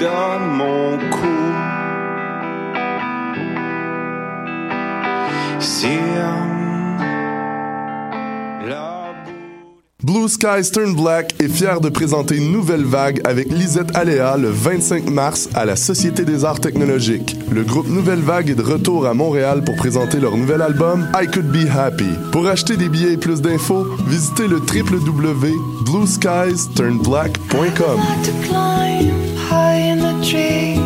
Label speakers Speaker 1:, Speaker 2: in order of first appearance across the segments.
Speaker 1: donne mon cou. Cire, la boue.
Speaker 2: Blue Skies Turn Black est fier de présenter une nouvelle vague avec Lisette Aléa le 25 mars à la Société des Arts Technologiques. Le groupe Nouvelle Vague est de retour à Montréal pour présenter leur nouvel album I Could Be Happy. Pour acheter des billets et plus d'infos, visitez le www.blueskiesturnblack.com.
Speaker 3: like to climb high in the tree.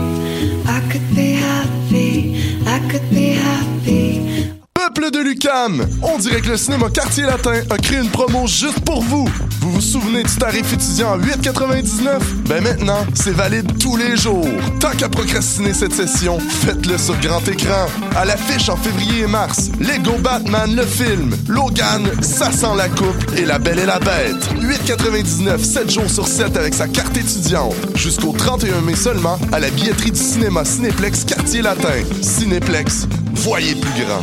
Speaker 3: I could be happy. I could be happy.
Speaker 2: Peuple de Lucam, on dirait que le cinéma Quartier Latin a créé une promo juste pour vous. Vous vous souvenez du tarif étudiant à 8,99 Ben maintenant, c'est valide tous les jours. Tant qu'à procrastiner cette session, faites-le sur grand écran. À l'affiche en février et mars, Lego Batman le film, Logan, ça sent la coupe et La Belle et la Bête. 8,99 7 jours sur 7 avec sa carte étudiante. Jusqu'au 31 mai seulement à la billetterie du cinéma Cinéplex Quartier Latin. Cinéplex, voyez plus grand.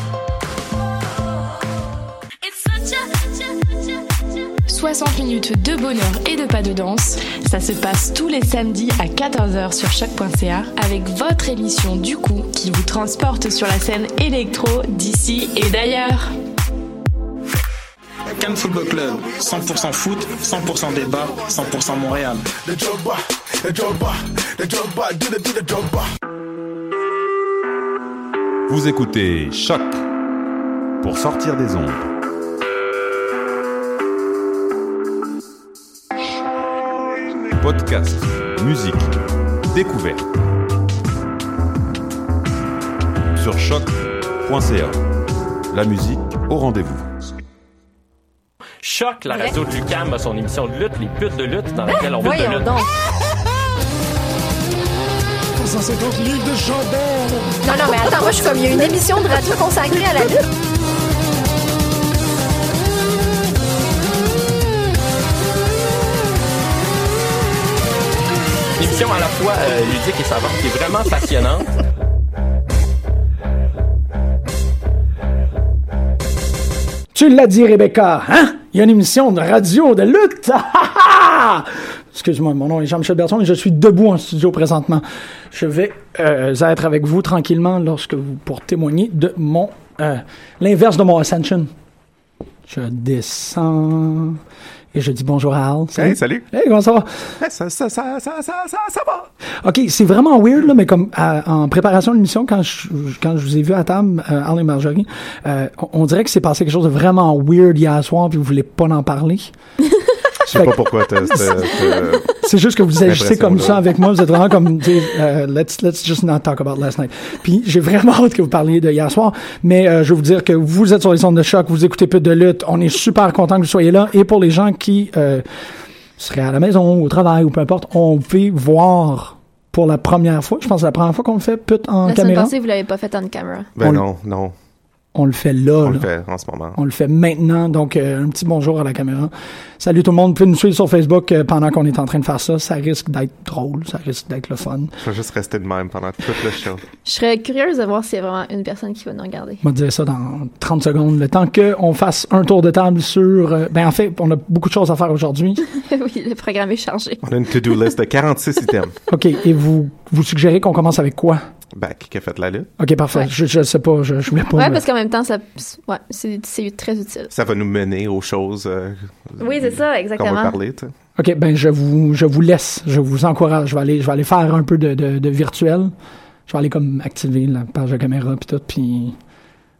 Speaker 3: It's such a, such a, such a, such a
Speaker 4: 60 minutes de bonheur et de pas de danse, ça se passe tous les samedis à 14h sur choc.ca avec votre émission du coup qui vous transporte sur la scène électro d'ici et d'ailleurs.
Speaker 5: Cannes Football Club, 100% foot, 100% débat, 100% Montréal.
Speaker 6: Vous écoutez Choc pour sortir des ondes. Podcast, musique, découverte. Sur choc.ca. La musique au rendez-vous.
Speaker 7: Choc, la radio de Lucam a son émission de lutte, les putes de lutte, dans laquelle on va de lutte.
Speaker 8: Non, non, mais attends, moi, je suis comme, il y a une émission de radio consacrée à la lutte.
Speaker 7: Une émission à la fois euh, ludique et savante qui est vraiment passionnante.
Speaker 9: Tu l'as dit, Rebecca, hein? Il y a une émission de radio de lutte! Ha, ha, ha! Excuse-moi, mon nom est Jean-Michel Berton et je suis debout en studio présentement. Je vais euh, être avec vous tranquillement lorsque vous, pour témoigner de mon. euh, l'inverse de mon Ascension. Je descends et je dis bonjour à Al.
Speaker 2: Hey, salut.
Speaker 9: Hey, comment ça va?
Speaker 2: ça, ça, ça, ça, ça, ça, ça va.
Speaker 9: OK, c'est vraiment weird, là, mais comme à- en préparation de l'émission, quand je, quand je vous ai vu à table, euh, Arlen et Marjorie, euh, on, on dirait que c'est passé quelque chose de vraiment weird hier soir, puis vous voulez pas en parler.
Speaker 6: Je sais pas pourquoi t'as- t'as- t'as-
Speaker 9: C'est juste que vous agissez
Speaker 6: Impression,
Speaker 9: comme
Speaker 6: là.
Speaker 9: ça avec moi. Vous êtes vraiment comme, tu sais, euh, let's, let's just not talk about last night. Puis j'ai vraiment hâte que vous parliez de hier soir. Mais euh, je vais vous dire que vous êtes sur les ondes de choc, vous écoutez peu de lutte. On est super content que vous soyez là. Et pour les gens qui euh, seraient à la maison ou au travail ou peu importe, on peut voir pour la première fois. Je pense que c'est la première fois qu'on le fait pute
Speaker 8: La
Speaker 9: en
Speaker 8: semaine
Speaker 9: caméra.
Speaker 8: passée, vous l'avez pas faite en caméra.
Speaker 2: Ben
Speaker 9: On-
Speaker 2: non, non.
Speaker 9: On le fait là.
Speaker 2: On
Speaker 9: là.
Speaker 2: le fait en ce moment.
Speaker 9: On le fait maintenant, donc euh, un petit bonjour à la caméra. Salut tout le monde, vous pouvez nous suivre sur Facebook euh, pendant qu'on est en train de faire ça. Ça risque d'être drôle, ça risque d'être le fun.
Speaker 2: Je vais juste rester de même pendant tout le show.
Speaker 8: Je serais curieuse de voir s'il y a vraiment une personne qui va nous regarder.
Speaker 9: On va dire ça dans 30 secondes, le temps qu'on fasse un tour de table sur... euh, ben en fait, on a beaucoup de choses à faire aujourd'hui.
Speaker 8: oui, le programme est chargé.
Speaker 2: On a une to-do list de 46 items.
Speaker 9: OK, et vous vous suggérez qu'on commence avec quoi?
Speaker 2: Ben, qui a fait la lutte?
Speaker 9: OK, parfait.
Speaker 8: Ouais.
Speaker 9: Je, je sais pas, je, je voulais pas...
Speaker 8: Ouais,
Speaker 9: me-
Speaker 8: parce qu'en même temps, ça, ouais, c'est c'est très utile.
Speaker 2: Ça va nous mener aux choses euh,
Speaker 8: Oui, c'est ça,
Speaker 2: qu'on va
Speaker 8: exactement.
Speaker 2: parler, tu sais.
Speaker 9: OK, ben je vous, je vous laisse, je vous encourage. Je vais aller, je vais aller faire un peu de, de, de virtuel. Je vais aller comme activer la page de caméra puis tout, puis...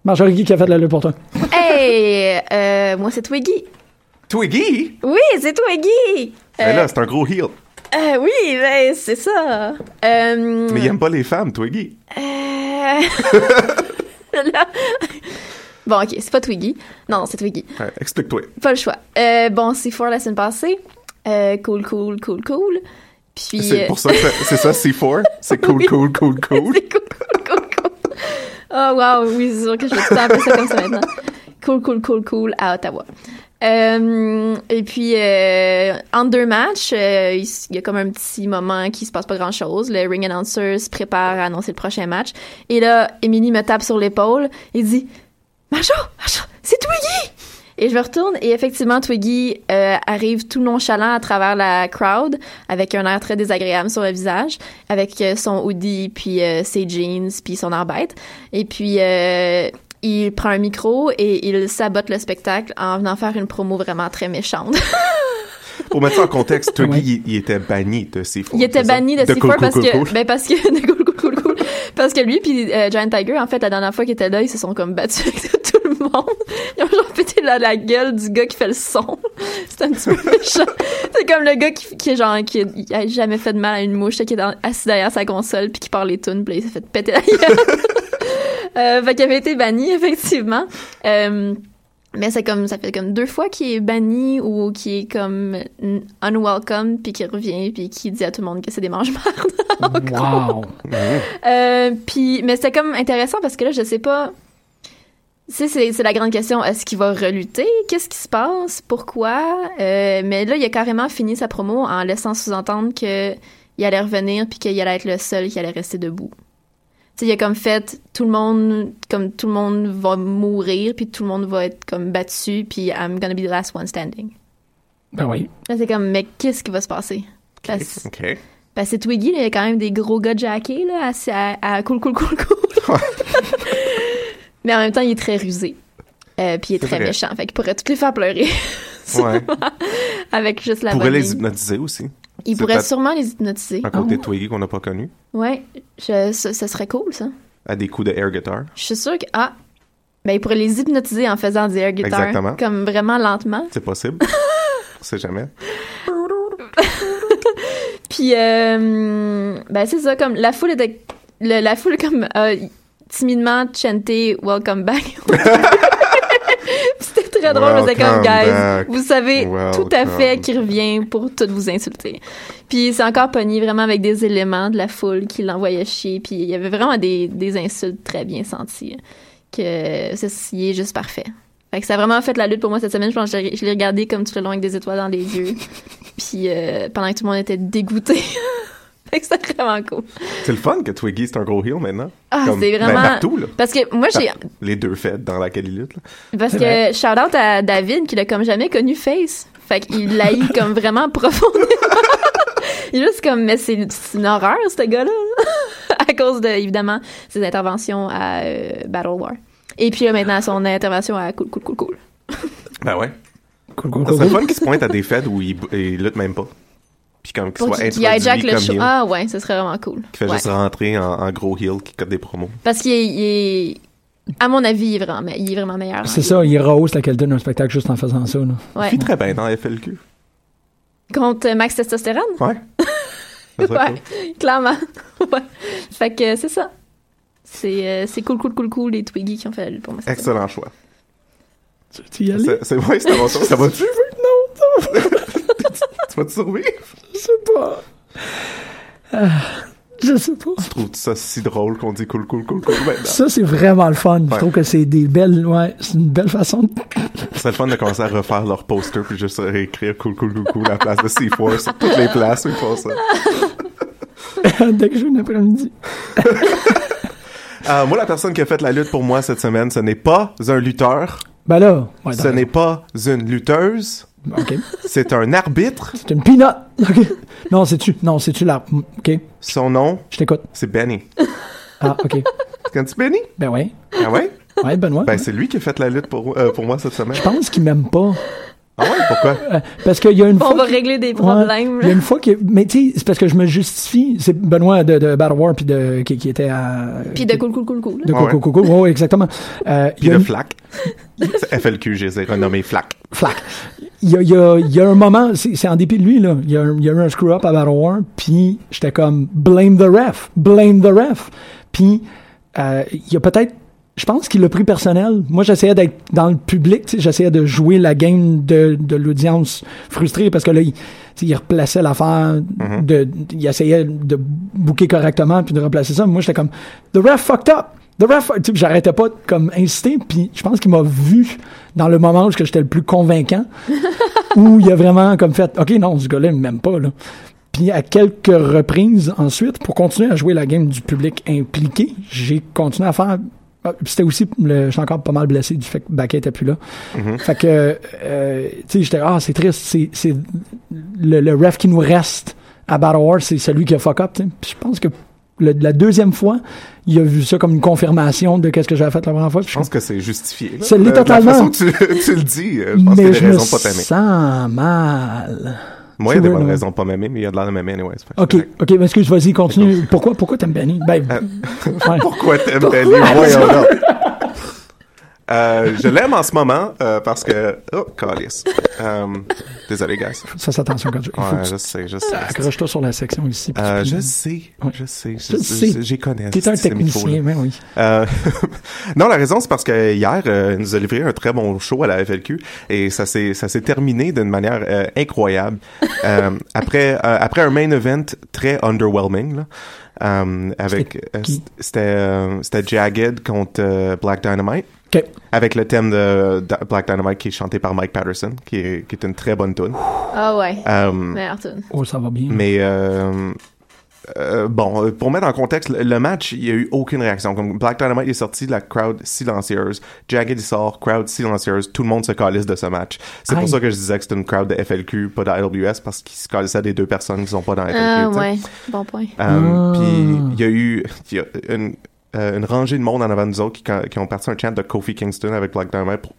Speaker 9: Marjorie qui a fait la lutte pour toi.
Speaker 8: Hey, euh, moi c'est Twiggy.
Speaker 2: Twiggy!
Speaker 8: Oui, c'est Twiggy.
Speaker 2: Ben
Speaker 8: Euh,
Speaker 2: là, c'est un gros heel.
Speaker 8: euh, oui, ben, c'est ça. Euh,
Speaker 2: Mais il aime pas les femmes, Twiggy.
Speaker 8: Euh, là- Bon, ok, c'est pas Twiggy. Non, c'est Twiggy.
Speaker 6: Euh,
Speaker 2: Ouais, Explique-toi.
Speaker 8: Pas le choix. Euh, bon, c'est fort la semaine passée. Euh, cool, cool, cool, cool. Puis.
Speaker 2: C'est
Speaker 8: euh,
Speaker 2: pour ça que ça- c'est ça, C4. C'est cool,
Speaker 8: Oui.
Speaker 2: cool, cool, cool.
Speaker 8: c'est cool, cool, cool, cool. Oh wow, oui, c'est sûr que je vais tout le temps appeler ça comme ça maintenant. Cool, cool, cool, cool à Ottawa. Euh, et puis, euh, en deux matchs, euh, il s- il y a comme un petit moment qui se passe pas grand-chose. Le ring announcer se prépare à annoncer le prochain match. Et là, Émilie me tape sur l'épaule et dit « Macho, Macho, c'est Twiggy! » Et je me retourne et effectivement, Twiggy euh, arrive tout nonchalant à travers la crowd avec un air très désagréable sur le visage, avec euh, son hoodie, puis euh, ses jeans, puis son arbête. Et puis, euh, il prend un micro et il sabote le spectacle en venant faire une promo vraiment très méchante.
Speaker 6: Pour mettre ça en contexte, Twiggy, il, il était banni de c
Speaker 8: il était banni de,
Speaker 6: ces
Speaker 8: C4 parce que ben parce que de cool, cool, cool, cool. parce que lui puis euh, Giant Tiger en fait la dernière fois qu'il était là, ils se sont comme battus avec tout le monde. Ils ont genre pété la, la gueule du gars qui fait le son. C'est un petit peu méchant. C'est comme le gars qui, qui est genre qui a jamais fait de mal à une mouche, qui est dans- assis derrière sa console puis qui parle les tunes, puis là, il s'est fait péter la gueule. euh, fait qu'il avait été banni effectivement. Euh, mais c'est comme ça fait comme deux fois qu'il est banni ou qu'il est comme n- unwelcome puis qu'il revient puis qu'il dit à tout le monde que c'est des mange Oh,
Speaker 9: Wow.
Speaker 8: euh, puis, mais c'était comme intéressant parce que là, je sais pas. Tu sais, c'est, c'est la grande question. Est-ce qu'il va relutter? Qu'est-ce qui se passe? Pourquoi? Euh, mais là, il a carrément fini sa promo en laissant sous-entendre qu'il allait revenir puis qu'il allait être le seul qui allait rester debout. Tu sais, il a comme fait tout le monde, comme tout le monde va mourir puis tout le monde va être comme battu puis I'm gonna be the last one standing.
Speaker 9: Ben oui.
Speaker 8: Là, c'est comme, mais qu'est-ce qui va se passer? Parce-
Speaker 6: OK.
Speaker 8: parce que Twiggy, là, il y a quand même des gros gars jackés, là, assez à, à cool, cool, cool, cool. Mais en même temps, il est très rusé. Euh, puis il est
Speaker 6: C'est
Speaker 8: très
Speaker 6: vrai.
Speaker 8: méchant. Fait qu'il pourrait toutes les faire pleurer
Speaker 6: Ouais.
Speaker 8: avec juste la
Speaker 6: Pourrait
Speaker 8: bonne
Speaker 6: les
Speaker 8: ligne. Oh.
Speaker 6: hypnotiser aussi.
Speaker 8: Il
Speaker 6: C'est
Speaker 8: pourrait
Speaker 6: pas-
Speaker 8: sûrement les hypnotiser.
Speaker 6: Un côté de Twiggy qu'on n'a pas connu.
Speaker 8: Ouais, je- ça, ça serait cool, ça.
Speaker 6: À des coups de air guitar.
Speaker 8: Je suis sûre que. Ah! Ben, il pourrait les hypnotiser en faisant du air guitar.
Speaker 6: Exactement.
Speaker 8: Comme vraiment lentement.
Speaker 6: C'est possible. On sait jamais.
Speaker 8: Puis, euh, ben, c'est ça, comme la foule était. le- la foule, comme, a timidement chanté Welcome back. C'était très drôle, mais c'était
Speaker 6: Welcome
Speaker 8: comme, guys,
Speaker 6: back.
Speaker 8: vous savez tout à
Speaker 6: Welcome.
Speaker 8: fait qui revient pour tout vous insulter. Puis, c'est encore pogné vraiment avec des éléments de la foule qui l'envoyaient chier. Puis, il y avait vraiment des, des insultes très bien senties. Que ceci est juste parfait. Fait que ça a vraiment fait la lutte pour moi cette semaine. Je pense que je l'ai- je l'ai regardé comme tout le long avec des étoiles dans les yeux. Puis euh, pendant que tout le monde était dégoûté. fait que c'était vraiment cool.
Speaker 6: C'est le fun que Twiggy, c'est un gros heel maintenant.
Speaker 8: Ah,
Speaker 6: Comme-
Speaker 8: c'est
Speaker 6: ben,
Speaker 8: vraiment.
Speaker 6: partout, Ah, là.
Speaker 8: Parce que moi, j'ai.
Speaker 6: Les deux fêtes dans laquelle il lutte. là.
Speaker 8: Parce
Speaker 9: C'est
Speaker 8: que
Speaker 9: vrai.
Speaker 8: shout out à David qui l'a comme jamais connu Face. Fait qu'il l'haït comme vraiment profondément. Il est juste comme, mais c'est c'est une horreur, ce gars-là. à cause de, évidemment, ses interventions à euh, Battle War. Et puis là, maintenant, son intervention à Cool, Cool, Cool, Cool.
Speaker 6: Ben ouais.
Speaker 9: Cool, cool,
Speaker 6: C'est
Speaker 9: cool,
Speaker 6: le
Speaker 9: cool.
Speaker 6: fun qu'il se pointe à des fêtes où il, il lutte même pas. Puis comme qu'il
Speaker 8: Pour
Speaker 6: soit
Speaker 8: qu'il qu'il
Speaker 6: introduit
Speaker 8: hijack le
Speaker 6: comme
Speaker 8: show.
Speaker 6: heel.
Speaker 8: Ah ouais, ce serait vraiment cool.
Speaker 6: Qui fait
Speaker 8: Ouais.
Speaker 6: juste rentrer en, en gros heel qui code des promos.
Speaker 8: Parce qu'il est, il est- à mon avis, il est vraiment, me- il est vraiment meilleur.
Speaker 9: C'est ça, il rehausse la qualité d'un spectacle juste en faisant ça. Là.
Speaker 6: Il
Speaker 8: Ouais.
Speaker 6: fit très bien dans FLQ.
Speaker 8: Contre euh, Max Testostérone?
Speaker 6: Ouais. Ça serait
Speaker 8: Ouais,
Speaker 6: cool.
Speaker 8: clairement. ouais. Fait que euh, c'est ça. C'est euh, c'est cool, cool, cool, cool, les Twiggy qui ont fait la lutte pour moi. cette semaine.
Speaker 6: Excellent choix.
Speaker 9: Tu tu y aller?
Speaker 6: C'est c'est- ouais, c'est mon tour. Ça va-tu? Tu vas-tu survivre?
Speaker 9: Je sais pas. Ah, je sais pas.
Speaker 6: Tu trouves ça si drôle qu'on dit cool, cool, cool, Ben, cool maintenant?
Speaker 9: Ça, c'est vraiment le fun. Je
Speaker 6: Ouais.
Speaker 9: trouve que c'est des belles. Ouais, c'est une belle façon de
Speaker 6: C'est le fun de commencer à refaire leur poster puis juste réécrire cool, cool, cool, cool à la place de C4 sur toutes les places où ils font ça.
Speaker 9: dès que je viens l'après-midi.
Speaker 6: Euh, moi, la personne qui a fait la lutte pour moi cette semaine, ce n'est pas un lutteur,
Speaker 9: Ben là, ouais,
Speaker 6: ce n'est pas une lutteuse,
Speaker 9: OK.
Speaker 6: c'est un arbitre.
Speaker 9: C'est une peanut. OK. Non, c'est-tu? Non, c'est-tu l'arbre? OK.
Speaker 6: Son nom,
Speaker 9: Je t'écoute.
Speaker 6: c'est Benny.
Speaker 9: Ah, OK.
Speaker 6: Tu connais Benny?
Speaker 9: Ben ouais.
Speaker 6: Ah ouais?
Speaker 9: Ouais, Benoît.
Speaker 6: Ben, c'est lui qui a fait la lutte pour, euh, pour moi cette semaine.
Speaker 9: je pense qu'il m'aime pas.
Speaker 6: Ah ouais, pourquoi?
Speaker 9: Euh, parce qu'il y a une
Speaker 8: Bon,
Speaker 9: fois...
Speaker 8: on va
Speaker 9: que-
Speaker 8: régler des
Speaker 9: Ouais.
Speaker 8: problèmes.
Speaker 9: Il y a une fois que. Mais tu sais, c'est parce que je me justifie. C'est Benoît de, de Battle War puis de, qui, qui était à.
Speaker 8: Puis de cool, cool, cool, cool.
Speaker 9: De
Speaker 6: Ouais, Ah ouais.
Speaker 9: Coco Coco. Ouais, ouais, exactement. Euh, il
Speaker 6: Puis
Speaker 9: y a
Speaker 6: le
Speaker 9: une-
Speaker 6: flac. C'est FLQ, je les ai renommés flac.
Speaker 9: Flac. Il y a, il y a- il y a un moment, c'est c'est en dépit de lui, là. Il y a, un- il y a eu un screw-up à Battle War, puis j'étais comme blame the ref, blame the ref. Puis euh, il y a peut-être, je pense qu'il l'a pris personnel. Moi, j'essayais d'être dans le public, tu sais, j'essayais de jouer la game de, de l'audience frustrée parce que là, il, tu sais, il replaçait l'affaire, de, il essayait de bouquer correctement puis de replacer ça. Mais moi, j'étais comme the ref fucked up. The ref, tu sais, j'arrêtais pas de comme insister, puis je pense qu'il m'a vu dans le moment où j'étais le plus convaincant, où il a vraiment comme fait, ok non, ce gars-là il m'aime pas là. Puis à quelques reprises ensuite, pour continuer à jouer la game du public impliqué, j'ai continué à faire. ah, puis C'était aussi, le- j'étais encore pas mal blessé du fait que Baquet était plus là.
Speaker 6: Mm-hmm.
Speaker 9: Fait que, euh, tu sais, j'étais, ah, c'est triste, c'est c'est le, le ref qui nous reste à Battle Wars, c'est celui qui a fuck up. tu sais. Puis je pense que le- la deuxième fois, il a vu ça comme une confirmation de qu'est-ce que j'avais fait la première fois. Puis
Speaker 6: Je pense que c'est justifié. là.
Speaker 9: Ça l'est
Speaker 6: Euh, de
Speaker 9: totalement.
Speaker 6: La façon que tu, tu le dis, euh, je pense qu'il y a
Speaker 9: mais
Speaker 6: des
Speaker 9: je me
Speaker 6: raisons pas t'aimer.
Speaker 9: sens mal.
Speaker 6: Moi, il y a
Speaker 9: C'est
Speaker 6: des
Speaker 9: vrai,
Speaker 6: bonnes
Speaker 9: ouais.
Speaker 6: raisons pas m'aimer, mais il y a de l'air de m'aimer, anyways. Fait que
Speaker 9: Ok, ok, mais excuse, vas-y, continue. Pourquoi, pourquoi t'aimes Benny? Ben,
Speaker 6: Euh.
Speaker 9: ouais.
Speaker 6: Pourquoi t'aimes Benny? Voyons donc. Euh, je l'aime en ce moment euh, parce que... Oh, calice. Euh, désolé, guys.
Speaker 9: Ça, c'est attention quand je. il faut
Speaker 6: Ouais,
Speaker 9: que tu-
Speaker 6: je sais, je sais.
Speaker 9: Accroche-toi sur la section ici. puis
Speaker 6: Euh,
Speaker 9: tu-
Speaker 6: je sais, je sais,
Speaker 9: Je
Speaker 6: je
Speaker 9: sais.
Speaker 6: sais, j'y connais.
Speaker 9: T'es un
Speaker 6: ces
Speaker 9: technicien,
Speaker 6: micros-là.
Speaker 9: mais oui.
Speaker 6: Euh, non, la raison, c'est parce que hier, euh, elle nous a livré un très bon show à la FLQ et ça s'est ça s'est terminé d'une manière euh, incroyable. Euh, après euh, après un main event très underwhelming, là, euh, avec euh,
Speaker 9: qui?
Speaker 6: c'était euh, c'était Jagged contre euh, Black Dynamite.
Speaker 9: Ok.
Speaker 6: Avec le thème de, de Black Dynamite qui est chanté par Mike Patterson, qui est, qui est une très bonne tune.
Speaker 8: Ah ouais.
Speaker 6: Euh,
Speaker 8: Merde. Arthur.
Speaker 9: Oh, ça va bien.
Speaker 6: mais euh, euh, bon, euh, pour mettre en contexte, le, le match, il n'y a eu aucune réaction. Comme Black Dynamite est sorti, la crowd silencieuse. Jagged il sort, crowd silencieuse. Tout le monde se calisse de ce match. C'est
Speaker 9: Aïe.
Speaker 6: pour ça que je disais que c'était une crowd de FLQ, pas de LWS, parce qu'ils se calissaient des deux personnes qui sont pas dans FLQ.
Speaker 8: Ah
Speaker 6: tu sais.
Speaker 8: ouais. Bon point.
Speaker 6: Um,
Speaker 9: Ah.
Speaker 6: Puis il y a eu il y a une, euh, une rangée de monde en avant de nous autres qui, qui ont parti un chant de Kofi Kingston avec Black Dynamite pour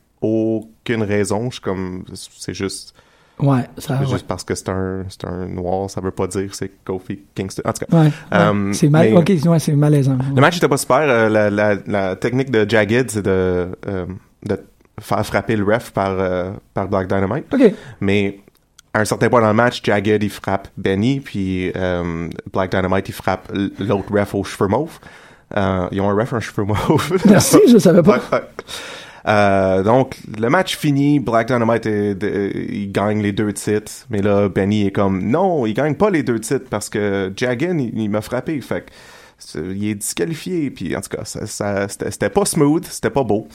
Speaker 6: aucune raison. Je suis comme, c'est juste
Speaker 9: Ouais, ça
Speaker 6: juste
Speaker 9: Ah, ouais.
Speaker 6: parce que c'est un, c'est un noir, ça veut pas dire que c'est Kofi Kingston. En tout cas,
Speaker 9: Ouais, ouais.
Speaker 6: Euh,
Speaker 9: c'est mal...
Speaker 6: mais-
Speaker 9: ok, ouais, c'est malaisant.
Speaker 6: le match était pas super. euh, la, la- la technique de Jagged, c'est de, euh, de faire frapper le ref par, euh, par Black Dynamite.
Speaker 9: Ok.
Speaker 6: Mais à un certain point dans le match, Jagged, il frappe Benny, puis euh, Black Dynamite, il frappe l- l'autre ref aux cheveux mauves. Euh, ils ont un ref, un cheveu mauve.
Speaker 9: Merci, je savais pas.
Speaker 6: Ouais, ouais. Euh, donc, le match fini, Black Dynamite, est- de- il gagne les deux titres, mais là, Benny est comme, non, il gagne pas les deux titres parce que Jagan, il, il m'a frappé, fait que c'est- il est disqualifié, puis en tout cas, ça, ça- c'était c'était pas smooth, c'était pas beau.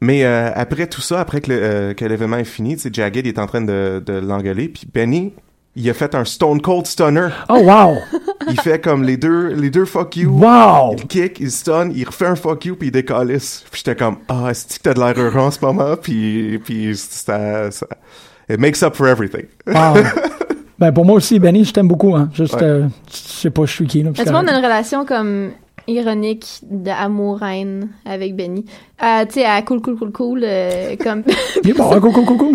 Speaker 6: Mais euh, après tout ça, après que le- euh, que l'événement est fini, tu sais, Jagged il est en train de, de l'engueuler, puis Benny, il a fait un Stone Cold Stunner.
Speaker 9: Oh, wow!
Speaker 6: Il fait comme les deux, les deux fuck you.
Speaker 9: Wow!
Speaker 6: Il kick, il stun, il refait un fuck you, puis il décalisse. Puis j'étais comme, ah, c'est que t'as de l'air heureux en ce moment, puis, puis ça, ça- It makes up for everything.
Speaker 9: wow. Ben, pour moi aussi, Benny, je t'aime beaucoup, hein. Juste, euh, je sais pas, je suis qui, là.
Speaker 8: Mais
Speaker 9: puis
Speaker 8: tu vois, on a
Speaker 9: correct.
Speaker 8: une relation comme ironique d'amour-haine avec Benny. Euh, tu sais, à cool, cool, cool, cool, euh, comme
Speaker 9: Il est bon, hein, go, go, go, go.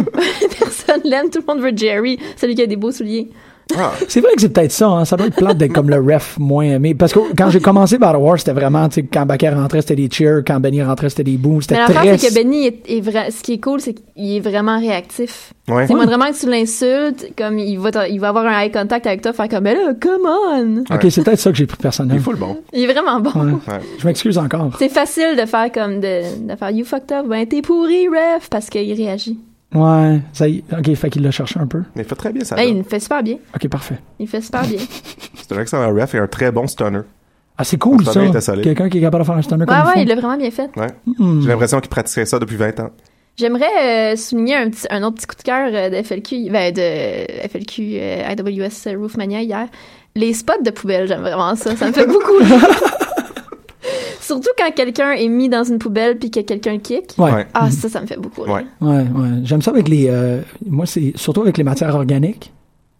Speaker 8: personne l'aime, tout le monde veut Jerry, celui qui a des beaux souliers.
Speaker 6: Ah,
Speaker 9: C'est vrai que c'est peut-être ça, hein. ça doit être plate d'être comme le ref moins aimé. Parce que quand j'ai commencé Battle Wars, c'était vraiment, tu sais, quand Baker rentrait, c'était des cheers, quand Benny rentrait, c'était des boos.
Speaker 8: Mais
Speaker 9: C'était
Speaker 8: l'affaire,
Speaker 9: très.
Speaker 8: c'est que Benny, est, est vra- ce qui est cool, c'est qu'il est vraiment réactif.
Speaker 6: ouais.
Speaker 8: C'est vraiment que tu l'insultes, comme il va, t'en- il va avoir un eye contact avec toi, faire comme, mais là, come on!
Speaker 9: Ok, c'est peut-être ça que j'ai pris personnel.
Speaker 6: Il faut le bon.
Speaker 8: Il est vraiment bon.
Speaker 9: Ouais.
Speaker 6: Ouais.
Speaker 9: Je m'excuse encore.
Speaker 8: C'est facile de faire comme, de, de faire you fucked up, ben t'es pourri, ref, parce qu'il réagit.
Speaker 9: Ouais, ça y est. Ok, fait qu'il l'a cherché un peu.
Speaker 6: Mais il fait très bien ça.
Speaker 8: Ben, il le fait super bien.
Speaker 9: Ok, parfait.
Speaker 8: Il fait super bien.
Speaker 6: C'est un excellent ref et un très bon stunner.
Speaker 9: Ah, c'est cool
Speaker 6: Le
Speaker 9: ça.
Speaker 6: stunner était solide.
Speaker 9: Quelqu'un qui est capable de faire un stunner comme
Speaker 8: Ouais,
Speaker 9: il Hmm. faut.
Speaker 8: ouais, il l'a vraiment bien fait.
Speaker 6: Ouais. J'ai l'impression qu'il pratiquait ça depuis 20 ans.
Speaker 8: J'aimerais euh, souligner un, petit, un autre petit coup de cœur euh, de FLQ, ben, de FLQ euh, IWS Roofmania hier. Les spots de poubelle, j'aime vraiment ça. Ça me fait beaucoup rire. Surtout quand quelqu'un est mis dans une poubelle puis que quelqu'un le kick.
Speaker 9: Ouais.
Speaker 6: Ouais.
Speaker 8: Ah, ça, ça me fait beaucoup rire.
Speaker 6: Mhm. Ouais.
Speaker 9: Ouais, ouais. J'aime ça avec les. euh, moi, c'est surtout avec les matières organiques.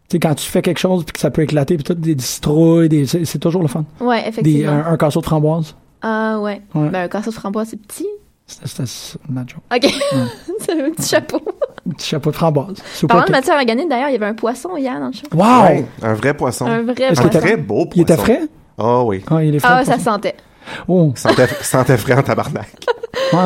Speaker 9: Tu sais, quand tu fais quelque chose puis que ça peut éclater, puis tout, des des citrouilles, des, c'est, c'est toujours le fun.
Speaker 8: Ouais,
Speaker 9: Des,
Speaker 6: euh,
Speaker 8: effectivement.
Speaker 9: un, un casseau de framboise.
Speaker 8: Ah, ouais.
Speaker 9: Ouais.
Speaker 8: Ben, un casseau de framboise, c'est petit.
Speaker 9: C'était, c'était ça, ma joke.
Speaker 8: OK. c'est un petit chapeau.
Speaker 9: Un petit chapeau de framboise. Super
Speaker 8: Parlant de
Speaker 9: ca-
Speaker 8: matière organique, d'ailleurs, il y avait un poisson hier dans le show.
Speaker 9: Wow!
Speaker 6: Ouais, un vrai poisson.
Speaker 8: Un vrai
Speaker 9: Est-ce
Speaker 6: Un
Speaker 9: qu'il
Speaker 8: poisson.
Speaker 9: était-
Speaker 6: très beau poisson.
Speaker 9: Il était frais?
Speaker 6: Oh oui.
Speaker 9: Ah, il est frais.
Speaker 8: Ah,
Speaker 9: le
Speaker 8: ça
Speaker 9: poisson.
Speaker 8: sentait.
Speaker 9: Oh.
Speaker 6: Sentait, sentait frais en tabarnak.
Speaker 9: Ouais.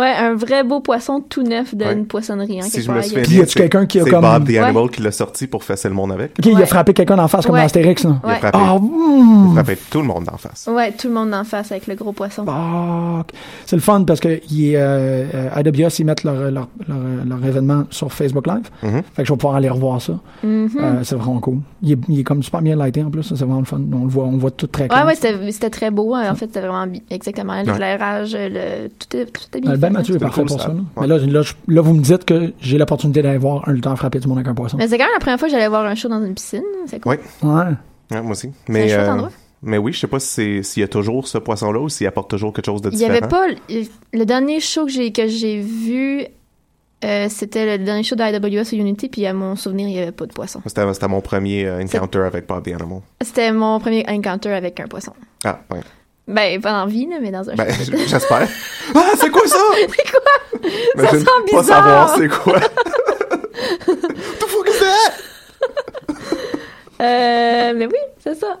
Speaker 8: Ouais, un vrai beau poisson tout neuf d'une
Speaker 6: Ouais.
Speaker 8: poissonnerie. Hein,
Speaker 6: Si
Speaker 8: quelque
Speaker 6: je me
Speaker 8: part
Speaker 6: souviens
Speaker 8: ailleurs.
Speaker 9: Puis y
Speaker 6: bien,
Speaker 9: a-tu quelqu'un qui a
Speaker 6: c'est
Speaker 9: comme-
Speaker 6: Bob the Animal
Speaker 8: Ouais.
Speaker 6: qui l'a sorti pour fesser le monde avec.
Speaker 9: Ok, il a
Speaker 8: Ouais.
Speaker 9: frappé quelqu'un en face comme
Speaker 8: Ouais.
Speaker 9: dans Astérix, là.
Speaker 6: Il a
Speaker 8: Ouais.
Speaker 6: frappé, il a
Speaker 9: Ah, mm.
Speaker 6: frappé tout le monde d'en face.
Speaker 8: Ouais, tout le monde en face avec le gros poisson.
Speaker 9: Fuck. C'est le fun parce que il est, euh, euh, AWS, ils mettent leur, leur, leur- leur événement sur Facebook Live.
Speaker 6: Mhm.
Speaker 9: Fait que je vais pouvoir aller revoir ça.
Speaker 8: Mm-hmm.
Speaker 9: Euh, c'est vraiment cool. Il est, il est comme super bien lighté en plus. ça, C'est vraiment le fun. On le voit, on le voit tout très clair.
Speaker 8: Ouais, ouais, c'était c'était très beau. hein. En fait, c'était vraiment bi- exactement l'éclairage, le tout est tout est bien.
Speaker 9: Euh, ben
Speaker 8: fait,
Speaker 9: Mathieu est
Speaker 8: hein.
Speaker 9: parfait
Speaker 6: cool,
Speaker 9: pour
Speaker 6: ça.
Speaker 9: ça. là.
Speaker 6: Ouais.
Speaker 9: Mais là, là, je- là, vous me dites que j'ai l'opportunité d'aller voir un lutteur frappé du monde avec un poisson.
Speaker 8: hein. Mais c'est quand même la première fois que j'allais voir un show dans une piscine. C'est cool.
Speaker 6: Ouais.
Speaker 9: Ouais.
Speaker 6: Ouais, moi aussi.
Speaker 8: un
Speaker 6: Mais, euh,
Speaker 8: chouette endroit.
Speaker 6: mais oui, je sais pas si c'est- s'il y a toujours ce poisson-là ou s'il apporte toujours quelque chose de
Speaker 8: Il y
Speaker 6: différent.
Speaker 8: avait pas le, le dernier show que j'ai que j'ai vu. euh, c'était le dernier show d'IWS au Unity, puis à mon souvenir, il n'y avait pas de poisson.
Speaker 6: C'était c'était mon premier euh, encounter avec Bob the Animal.
Speaker 8: C'était mon premier encounter avec un poisson.
Speaker 6: Ah, ouais.
Speaker 8: Ben, pas dans la vie, là, mais dans un
Speaker 6: Ben,
Speaker 8: show.
Speaker 6: j'espère. Ah, c'est quoi ça?
Speaker 8: C'est quoi?
Speaker 6: Imagine
Speaker 8: sent
Speaker 6: Ben, Pas
Speaker 8: bizarre.
Speaker 6: savoir c'est quoi. T'as fou que c'est?
Speaker 8: Euh, mais oui, c'est ça.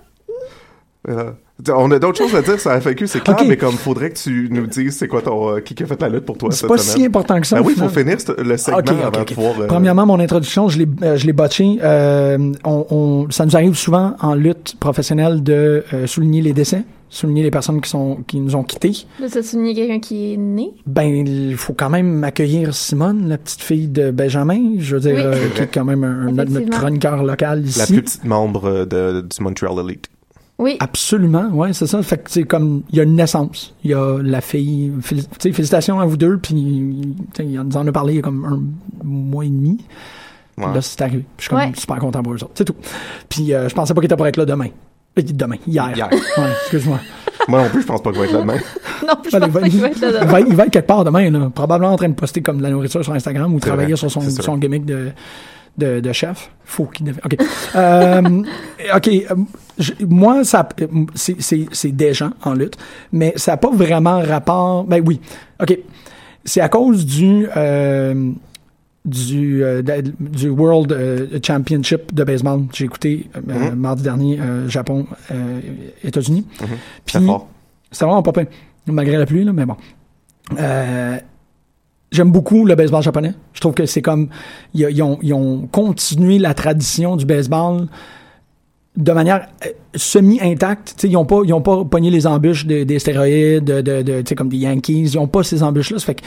Speaker 6: Euh, On a d'autres choses à dire sur la FAQ, c'est clair,
Speaker 9: Ok.
Speaker 6: mais comme faudrait que tu nous dises c'est quoi ton. euh, qui qui a fait la lutte pour toi
Speaker 9: C'est
Speaker 6: cette
Speaker 9: pas
Speaker 6: semaine.
Speaker 9: si important que ça.
Speaker 6: Ben
Speaker 9: au
Speaker 6: oui, faut
Speaker 9: final.
Speaker 6: finir ce- le segment
Speaker 9: Ok, ok,
Speaker 6: avant
Speaker 9: ok.
Speaker 6: de pouvoir. euh,
Speaker 9: Premièrement, mon introduction, je l'ai, euh, je l'ai botchée. Euh, on, on- ça nous arrive souvent en lutte professionnelle de euh, souligner les décès, souligner les personnes qui, sont, qui nous ont quittés.
Speaker 8: Là, ça souligne quelqu'un qui est né.
Speaker 9: Ben, il faut quand même accueillir Simone, la petite fille de Benjamin, je veux dire,
Speaker 8: Oui.
Speaker 9: euh,
Speaker 6: C'est
Speaker 9: qui
Speaker 6: vrai.
Speaker 9: est quand même un, notre, notre
Speaker 8: Effectivement.
Speaker 9: chroniqueur local ici.
Speaker 6: La plus petite membre euh, de, du Montreal Elite.
Speaker 8: Oui.
Speaker 9: Absolument, ouais, c'est ça. Fait que c'est comme il y a une naissance, il y a la fille. Féli- tu sais, félicitations à vous deux, puis tu sais, il en- nous en a parlé il y a comme un mois et demi. Puis
Speaker 6: Ouais.
Speaker 9: Là, c'est arrivé. Je suis comme
Speaker 8: Ouais.
Speaker 9: super content pour eux autres. C'est tout. Puis euh, je pensais pas qu'il était pour être là demain. Euh, Demain, hier.
Speaker 6: Hier.
Speaker 9: Ouais, excuse-moi.
Speaker 6: Moi non plus, je pense pas que je vais être là demain.
Speaker 8: Non, plus je
Speaker 9: Ben,
Speaker 8: pense pas qu'il va être là
Speaker 9: il
Speaker 8: dedans.
Speaker 9: va- il va être quelque part demain, là. probablement en train de poster comme de la nourriture sur Instagram ou
Speaker 6: C'est
Speaker 9: travailler
Speaker 6: vrai,
Speaker 9: sur son,
Speaker 6: c'est sûr.
Speaker 9: son gimmick de, de, de chef. Faut qu'il devienne. OK. Euh, OK. euh, je- moi, ça, euh, c'est- c'est c'est des gens en lutte, mais ça n'a pas vraiment rapport. Ben oui. OK. C'est à cause du. euh, du, euh, de- du World euh, Championship de baseball. J'ai écouté euh,
Speaker 6: Mhm.
Speaker 9: mardi dernier euh, Japon, euh, États-Unis.
Speaker 6: C'est Mhm. fort.
Speaker 9: C'est vraiment pas pire, malgré la pluie, là, mais bon. Euh, J'aime beaucoup le baseball japonais. Je trouve que c'est comme. Ils, ils ont, ils ont continué la tradition du baseball de manière euh, semi-intacte. Tu sais, Ils n'ont pas, ils ont pas pogné les embûches des, des stéroïdes, de, de, de- tu sais, comme des Yankees. Ils n'ont pas ces embûches-là. Ça fait que,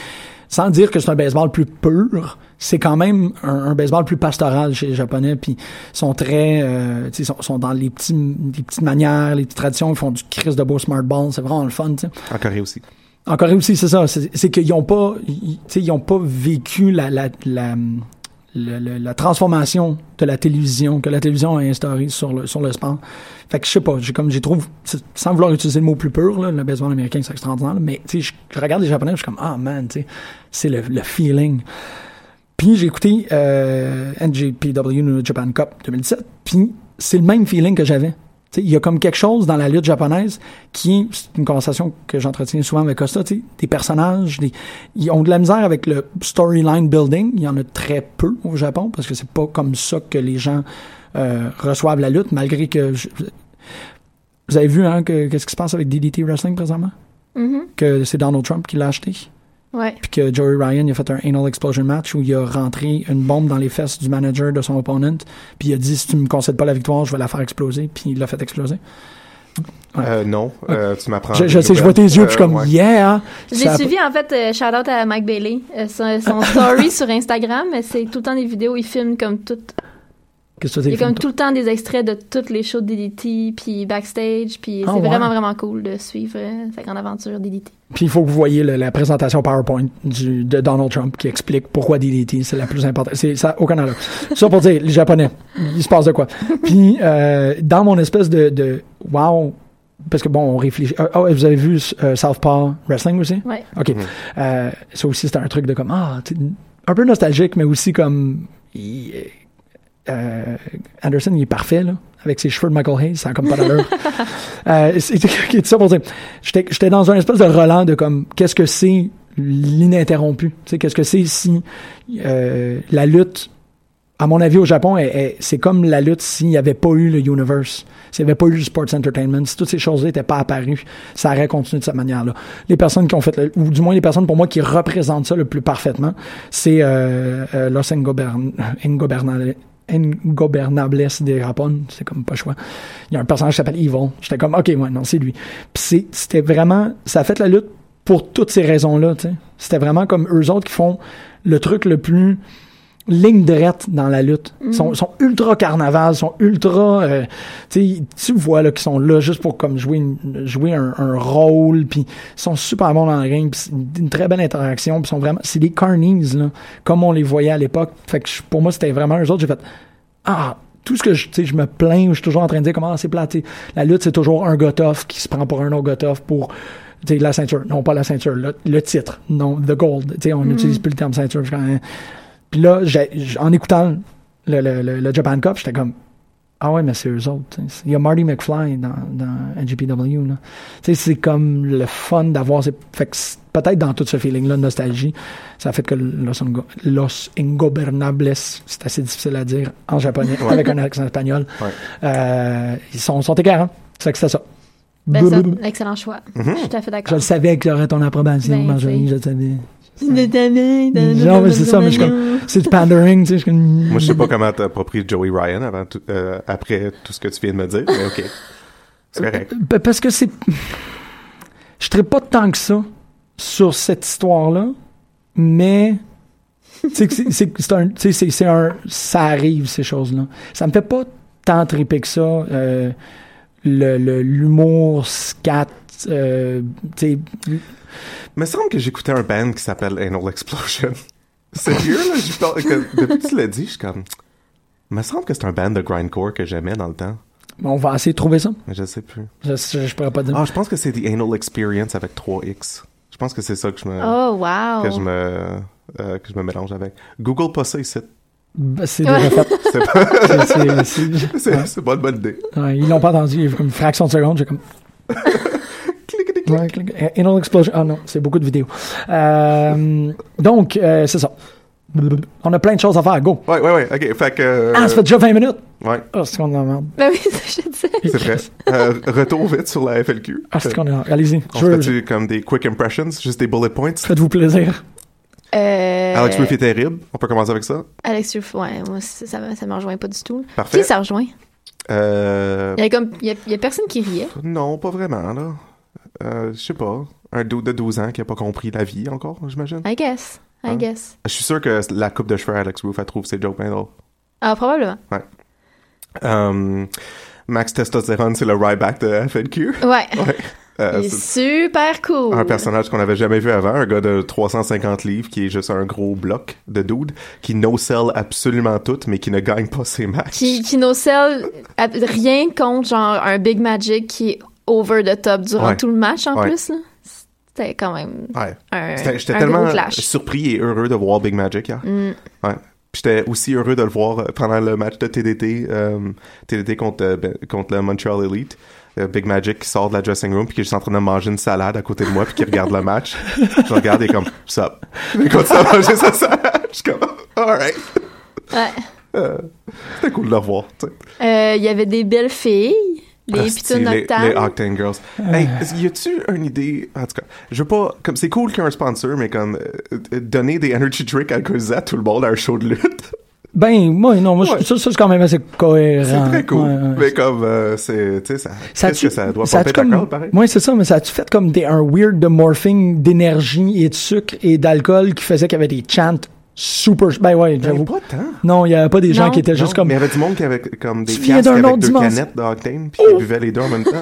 Speaker 9: sans dire que c'est un baseball plus pur, c'est quand même un, un baseball plus pastoral chez les Japonais. Puis ils sont très, euh, tu sais, ils sont, sont dans les, petits, les petites manières, les petites traditions. Ils font du Chris de beau smart ball. C'est vraiment le fun. tu sais.
Speaker 6: En Corée aussi.
Speaker 9: En Corée aussi, c'est ça. C'est c'est qu'ils n'ont pas, ils- tu sais, ils ont pas vécu la, la, la, le- le- la transformation de la télévision que la télévision a instaurée sur le, sur le sport. Fait que je sais pas, j'ai comme, j'ai trouve, c'est- sans vouloir utiliser le mot plus pur, là, le baseball américain, c'est extraordinaire, là, mais tu sais, je, je regarde les Japonais, je suis comme, ah man, tu sais, c'est le, le feeling. Puis j'ai écouté euh, NJPW New Japan Cup 2017, puis c'est le même feeling que j'avais. Tu sais, Il y a comme quelque chose dans la lutte japonaise qui est, c'est une conversation que j'entretiens souvent avec Costa, tu sais, des personnages, des, ils ont de la misère avec le storyline building, il y en a très peu au Japon, parce que c'est pas comme ça que les gens euh, reçoivent la lutte, malgré que... je- vous avez vu hein, que- qu'est-ce qui se passe avec DDT Wrestling présentement?
Speaker 8: Mhm.
Speaker 9: Que c'est Donald Trump qui l'a acheté?
Speaker 8: Ouais.
Speaker 9: puis que Joey Ryan il a fait un anal explosion match où il a rentré une bombe dans les fesses du manager de son opponent, puis il a dit si tu me concèdes pas la victoire, je vais la faire exploser, puis il l'a fait exploser. Ouais.
Speaker 6: Euh, non, euh, tu m'apprends.
Speaker 9: je
Speaker 6: des
Speaker 9: je sais, je vois tes
Speaker 6: nouvelles.
Speaker 9: yeux, puis je suis
Speaker 6: Euh,
Speaker 9: comme
Speaker 6: ouais.
Speaker 9: yeah. hein.
Speaker 8: J'ai
Speaker 9: Ça-
Speaker 8: suivi, en fait, euh, shout out à Mike Bailey. euh, son, son story sur Instagram, mais c'est tout le temps des vidéos. Il filme comme tout.
Speaker 9: Qu'est-ce
Speaker 8: Il
Speaker 9: que
Speaker 8: y
Speaker 9: t'as
Speaker 8: a
Speaker 9: fait,
Speaker 8: comme
Speaker 9: toi?
Speaker 8: tout le temps des extraits de toutes les shows de DDT, puis backstage, puis
Speaker 9: Ah,
Speaker 8: c'est
Speaker 9: ouais.
Speaker 8: vraiment, vraiment cool de suivre euh, sa grande aventure DDT.
Speaker 9: Puis il faut que vous voyez le- la présentation PowerPoint du, de Donald Trump qui explique pourquoi DDT c'est la plus importante. C'est ça au Canada. Ça pour dire les Japonais, il se passe de quoi. Puis euh, dans mon espèce de, de wow, parce que bon on réfléchit. Ah ah ouais, vous avez vu euh, Southpaw Wrestling aussi?
Speaker 8: Ouais.
Speaker 9: OK. Euh, ça aussi, c'était un truc de comme, ah, tu sais, un peu nostalgique, mais aussi comme, il- euh, Anderson, il est parfait, là, avec ses cheveux de Michael Hayes, ça a comme pas d'allure. euh, c'est c'est ça pour dire, j'étais j'étais dans un espèce de relent de comme, qu'est-ce que c'est l'ininterrompu? Tu sais, qu'est-ce que c'est si euh, la lutte à mon avis, au Japon, elle- elle- c'est comme la lutte s'il n'y avait pas eu le Universe, s'il n'y avait pas eu le Sports Entertainment, si toutes ces choses-là n'étaient pas apparues, ça aurait continué de cette manière-là. Les personnes qui ont fait, le- ou du moins les personnes pour moi qui représentent ça le plus parfaitement, c'est euh, euh, Los Ingobern- Ingobernales- Ingobernables des Rapon, c'est comme pas le choix. Il y a un personnage qui s'appelle Yvon. J'étais comme, ok, ouais, non, c'est lui. Puis c'est- c'était vraiment, ça a fait la lutte pour toutes ces raisons-là, tu sais. C'était vraiment comme eux autres qui font le truc le plus ligne droite dans la lutte. Ils sont, sont ultra carnaval, sont ultra... euh, tu sais, tu vois là qu'ils sont là juste pour comme jouer, une- jouer un, un rôle, puis ils sont super bons dans le ring, puis c'est une, une très belle interaction, puis ils sont vraiment... C'est des carnies, là, comme on les voyait à l'époque. Fait que je- pour moi, c'était vraiment eux autres, j'ai fait... Ah, tout ce que je, tu sais, je me plains, je suis toujours en train de dire comment ah, c'est platé. La lutte, c'est toujours un gotoff qui se prend pour un autre gotoff pour tu sais, la ceinture. Non, pas la ceinture, le, le titre. Non, the gold. Tu sais, on n'utilise plus le terme ceinture. Je suis comme, hein. Puis là, j'ai- j'- en écoutant le, le, le, le Japan Cup, j'étais comme ah ouais, mais c'est eux autres. tu sais. Il y a Marty McFly dans, dans NGPW. là. Tu sais, C'est comme le fun d'avoir. ces- fait que c'est- Peut-être dans tout ce feeling-là de nostalgie, ça a fait que Los, Ingo- Los Ingobernables, c'est assez difficile à dire en japonais,
Speaker 2: Ouais.
Speaker 9: avec un accent espagnol.
Speaker 2: Ouais.
Speaker 9: Euh, ils sont, sont écœurants. C'est que c'était ça.
Speaker 8: Ben, ça,
Speaker 9: Blablabla.
Speaker 8: excellent choix.
Speaker 2: Mhm.
Speaker 8: Je suis tout à fait
Speaker 9: Je
Speaker 8: d'accord.
Speaker 9: le savais que j'aurais ton approbation,
Speaker 8: Ben,
Speaker 9: Marjorie,
Speaker 8: oui.
Speaker 9: je le savais.
Speaker 8: Non,
Speaker 9: Non, mais c'est ça, mais je suis comme. C'est du pandering, tu sais. je suis comme-
Speaker 2: Moi, je sais pas comment t'as approprié Joey Ryan avant tout- euh, après tout ce que tu viens de me dire, mais OK. C'est correct.
Speaker 9: Ben, parce que c'est. Je ne pas tant que ça sur cette histoire-là, mais. tu sais que c'est- c'est c'est un, tu sais, c'est- c'est un- Ça arrive, ces choses-là. Ça me fait pas tant triper que ça. euh, le- le- L'humour, scat. euh, tu sais,
Speaker 2: Mais semble que j'écoutais un band qui s'appelle Anal Explosion. Sérieux, là? j'y parle- que- depuis que tu l'as dit, je suis comme... Me semble que c'est un band de grindcore que j'aimais dans le temps.
Speaker 9: on va essayer de trouver ça.
Speaker 2: Mais je sais plus.
Speaker 9: Je ne pourrais pas dire.
Speaker 2: Ah, je pense que c'est The Anal Experience avec 3X. Je pense que c'est ça que je me...
Speaker 8: Oh, wow.
Speaker 2: que je me... euh, que je me mélange avec. Google pas ça ici.
Speaker 9: Ben, c'est déjà fait.
Speaker 2: C'est pas...
Speaker 9: C'est- c'est-
Speaker 2: c'est- c'est pas une bonne idée.
Speaker 9: Ouais, ils l'ont pas entendu. Il y a eu comme une fraction de seconde. J'ai comme. Ouais, clic, clic. Anal Explosion. Ah non, c'est beaucoup de vidéos. Euh, donc, euh, c'est ça. On a plein de choses à faire. Go.
Speaker 2: Ouais, ouais, ouais. OK, fait que...
Speaker 9: Ah, ça fait déjà 20 minutes.
Speaker 2: Ouais,
Speaker 9: Ah, c'est qu'on est en merde.
Speaker 8: Ben oui, ça, je disais.
Speaker 2: c'est vrai. Euh, retour vite sur la FLQ.
Speaker 9: Ah, c'est qu'on est en Allez-y.
Speaker 2: Euh, On
Speaker 9: Je veux-
Speaker 2: fait-tu comme des quick impressions, juste des bullet points?
Speaker 9: Faites-vous plaisir.
Speaker 8: Euh,
Speaker 2: Alex Riff est terrible. On peut commencer avec ça.
Speaker 8: Alex Ruff, ouais, moi, ça, ça, me- ça me rejoint pas du tout.
Speaker 2: Parfait.
Speaker 8: Qui ça rejoint?
Speaker 2: Euh,
Speaker 8: Il y a comme, il y a, il y a personne qui riait.
Speaker 2: Non, pas vraiment, là. Euh, je sais pas. Un dude de 12 ans qui a pas compris la vie encore, j'imagine.
Speaker 8: I guess. I
Speaker 2: Hein?
Speaker 8: guess.
Speaker 2: Je suis sûr que la coupe de cheveux à Alex Roof, elle trouve ses jokes bien drôles.
Speaker 8: Ah, probablement.
Speaker 2: Ouais. Euh, Max Testosterone, c'est le Ryback de FNQ.
Speaker 8: Ouais.
Speaker 2: Ouais. Euh,
Speaker 8: il est
Speaker 2: c'est
Speaker 8: super cool.
Speaker 2: un personnage qu'on n'avait jamais vu avant, un gars de 350 livres qui est juste un gros bloc de dude, qui no-sell absolument tout, mais qui ne gagne pas ses matchs.
Speaker 8: Qui, qui no sell à- rien contre, genre, un Big Magic qui est over the top durant
Speaker 2: Ouais.
Speaker 8: tout le match, en
Speaker 2: Ouais.
Speaker 8: plus, là. C'était quand même
Speaker 2: Ouais.
Speaker 8: un,
Speaker 2: C'était- J'étais
Speaker 8: Euh, un
Speaker 2: tellement
Speaker 8: gros clash.
Speaker 2: surpris et heureux de voir Big Magic hier.
Speaker 8: Mm.
Speaker 2: Ouais. Puis J'étais aussi heureux de le voir euh, pendant le match de TDT, euh, TDT contre, euh, ben- contre le Montreal Elite. Euh, Big Magic qui sort de la dressing room puis qui est juste en train de manger une salade à côté de moi puis qui regarde le match. Je le regarde et comme ça. Il continue à manger sa salade. Je suis comme alright.
Speaker 8: Ouais.
Speaker 2: Euh, C'était cool de le revoir. tu sais.
Speaker 8: Euh, Il y avait des belles filles, les
Speaker 2: Asti,
Speaker 8: pitons
Speaker 2: Ah, les, ah,
Speaker 8: nocturnes.
Speaker 2: les Octane Girls. Hey, y a-tu une idée En tout cas, je veux pas. Comme c'est cool qu'il y ait un sponsor, mais comme euh, euh, donner des energy drinks alcoolisés à tout le monde à un show de lutte,
Speaker 9: Ben, moi, non, moi, je-
Speaker 2: Ouais.
Speaker 9: ça, ça, c'est quand même assez cohérent.
Speaker 2: c'est très cool.
Speaker 9: Ah, Ouais, ouais.
Speaker 2: Mais comme euh, c'est, tu sais, ça,
Speaker 9: Ça
Speaker 2: qu'est-ce que ça doit porter ta corde, pareil.
Speaker 9: Oui, c'est ça, mais ça a-tu fait comme des, un weird de morphing d'énergie et de sucre et d'alcool qui faisait qu'il y avait des chants super. Ben ouais,
Speaker 2: Ben,
Speaker 9: j'avoue.
Speaker 2: pas tant.
Speaker 9: Non, il n'y avait pas des gens
Speaker 8: Non.
Speaker 9: qui étaient juste
Speaker 2: Non,
Speaker 9: comme.
Speaker 2: Mais il y avait du monde qui avait comme des
Speaker 9: Tu viens
Speaker 2: casques
Speaker 9: d'un
Speaker 2: avec
Speaker 9: autre
Speaker 2: deux
Speaker 9: dimension.
Speaker 2: canettes d'octane puis qui buvaient les deux en même temps.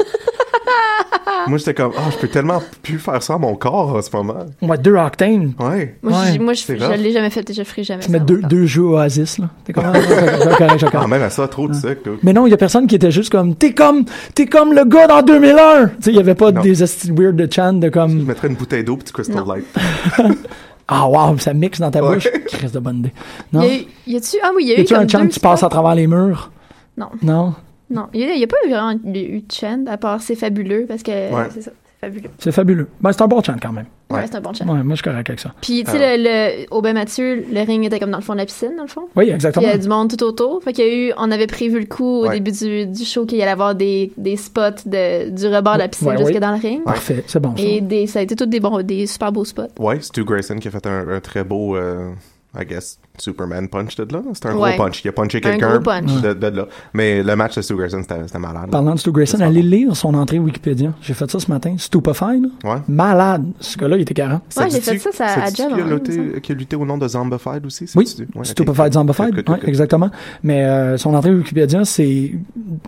Speaker 2: Moi, j'étais comme, oh, je peux tellement plus faire ça à mon corps en ce moment.
Speaker 9: Ouais, deux octanes.
Speaker 2: Ouais.
Speaker 8: Moi,
Speaker 9: Ouais.
Speaker 8: je- moi, je
Speaker 2: C'est
Speaker 8: je
Speaker 2: rough.
Speaker 8: l'ai jamais fait et je ferai jamais
Speaker 9: Tu mets
Speaker 8: ça
Speaker 9: deux,
Speaker 8: encore.
Speaker 9: deux jeux Oasis, là. T'es comme. Ah, ok, ok, ok,
Speaker 2: Ah,
Speaker 9: ok.
Speaker 2: même à ça, trop
Speaker 8: Mm.
Speaker 2: de sucre. là.
Speaker 9: Mais non, il y a personne qui était juste comme t'es comme t'es comme le gars dans 2001. Tu sais, il y avait pas
Speaker 2: Non.
Speaker 9: des esti de weird de chant de
Speaker 2: Je
Speaker 9: comme
Speaker 2: mettrais une bouteille d'eau puis du Crystal Light.
Speaker 9: ah wow, ça mixe dans ta
Speaker 2: Ouais.
Speaker 9: bouche. Chris de bonne idée.
Speaker 8: Il
Speaker 9: Non.
Speaker 8: y a eu- Y a-tu ah oui, il y a
Speaker 9: Y
Speaker 8: eu
Speaker 9: a-tu
Speaker 8: comme
Speaker 9: un chant
Speaker 8: deux
Speaker 9: qui passe à
Speaker 8: spots.
Speaker 9: travers les murs
Speaker 8: Non,
Speaker 9: Non,
Speaker 8: non, il y a, il y a pas vraiment eu de chant à part c'est fabuleux parce que
Speaker 2: Ouais.
Speaker 8: c'est ça, c'est fabuleux.
Speaker 9: c'est fabuleux. Ben c'est un bon chant quand même.
Speaker 8: Ouais, c'est un bon challenge.
Speaker 9: Ouais, moi, je suis correct avec ça.
Speaker 8: Puis, tu sais, le, le- au bain Mathieu, le ring était comme dans le fond de la piscine, dans le fond.
Speaker 9: Oui, exactement.
Speaker 8: Puis, Il y a du monde tout autour. Fait qu'il y a eu, on avait prévu le coup au
Speaker 9: Ouais.
Speaker 8: début du, du show qu'il y allait avoir des, des spots de, du rebord de la piscine
Speaker 6: Ouais,
Speaker 8: jusque
Speaker 6: oui.
Speaker 8: dans le ring.
Speaker 6: Parfait, c'est bon, ça.
Speaker 8: Et des, ça a été tous des, bons, des super beaux spots.
Speaker 6: Ouais, Stu Grayson qui a fait un, un très beau, euh, I guess, Superman punch de là. C'était un
Speaker 9: Ouais.
Speaker 6: gros punch. Il a punché
Speaker 9: Un
Speaker 6: quelqu'un
Speaker 9: gros punch.
Speaker 6: de, de là. Mais le match de Stu Grayson, c'était c'était malade. là.
Speaker 9: Parlant de Stu Grayson, allez lire son entrée Wikipédia. J'ai fait ça ce matin. Stupefy, là.
Speaker 6: Ouais.
Speaker 9: Malade. Ce gars-là, il était 40.
Speaker 6: Ça dit-tu- dit-tu qu'il a lutté- Qui a lutté au nom de Zombified aussi?
Speaker 9: Oui,
Speaker 6: c'est-tu? Ouais, ok.
Speaker 9: Stupefied Zombified,
Speaker 6: Good, good,
Speaker 9: ouais,
Speaker 6: good.
Speaker 9: exactement. Mais euh, son entrée Wikipédia, c'est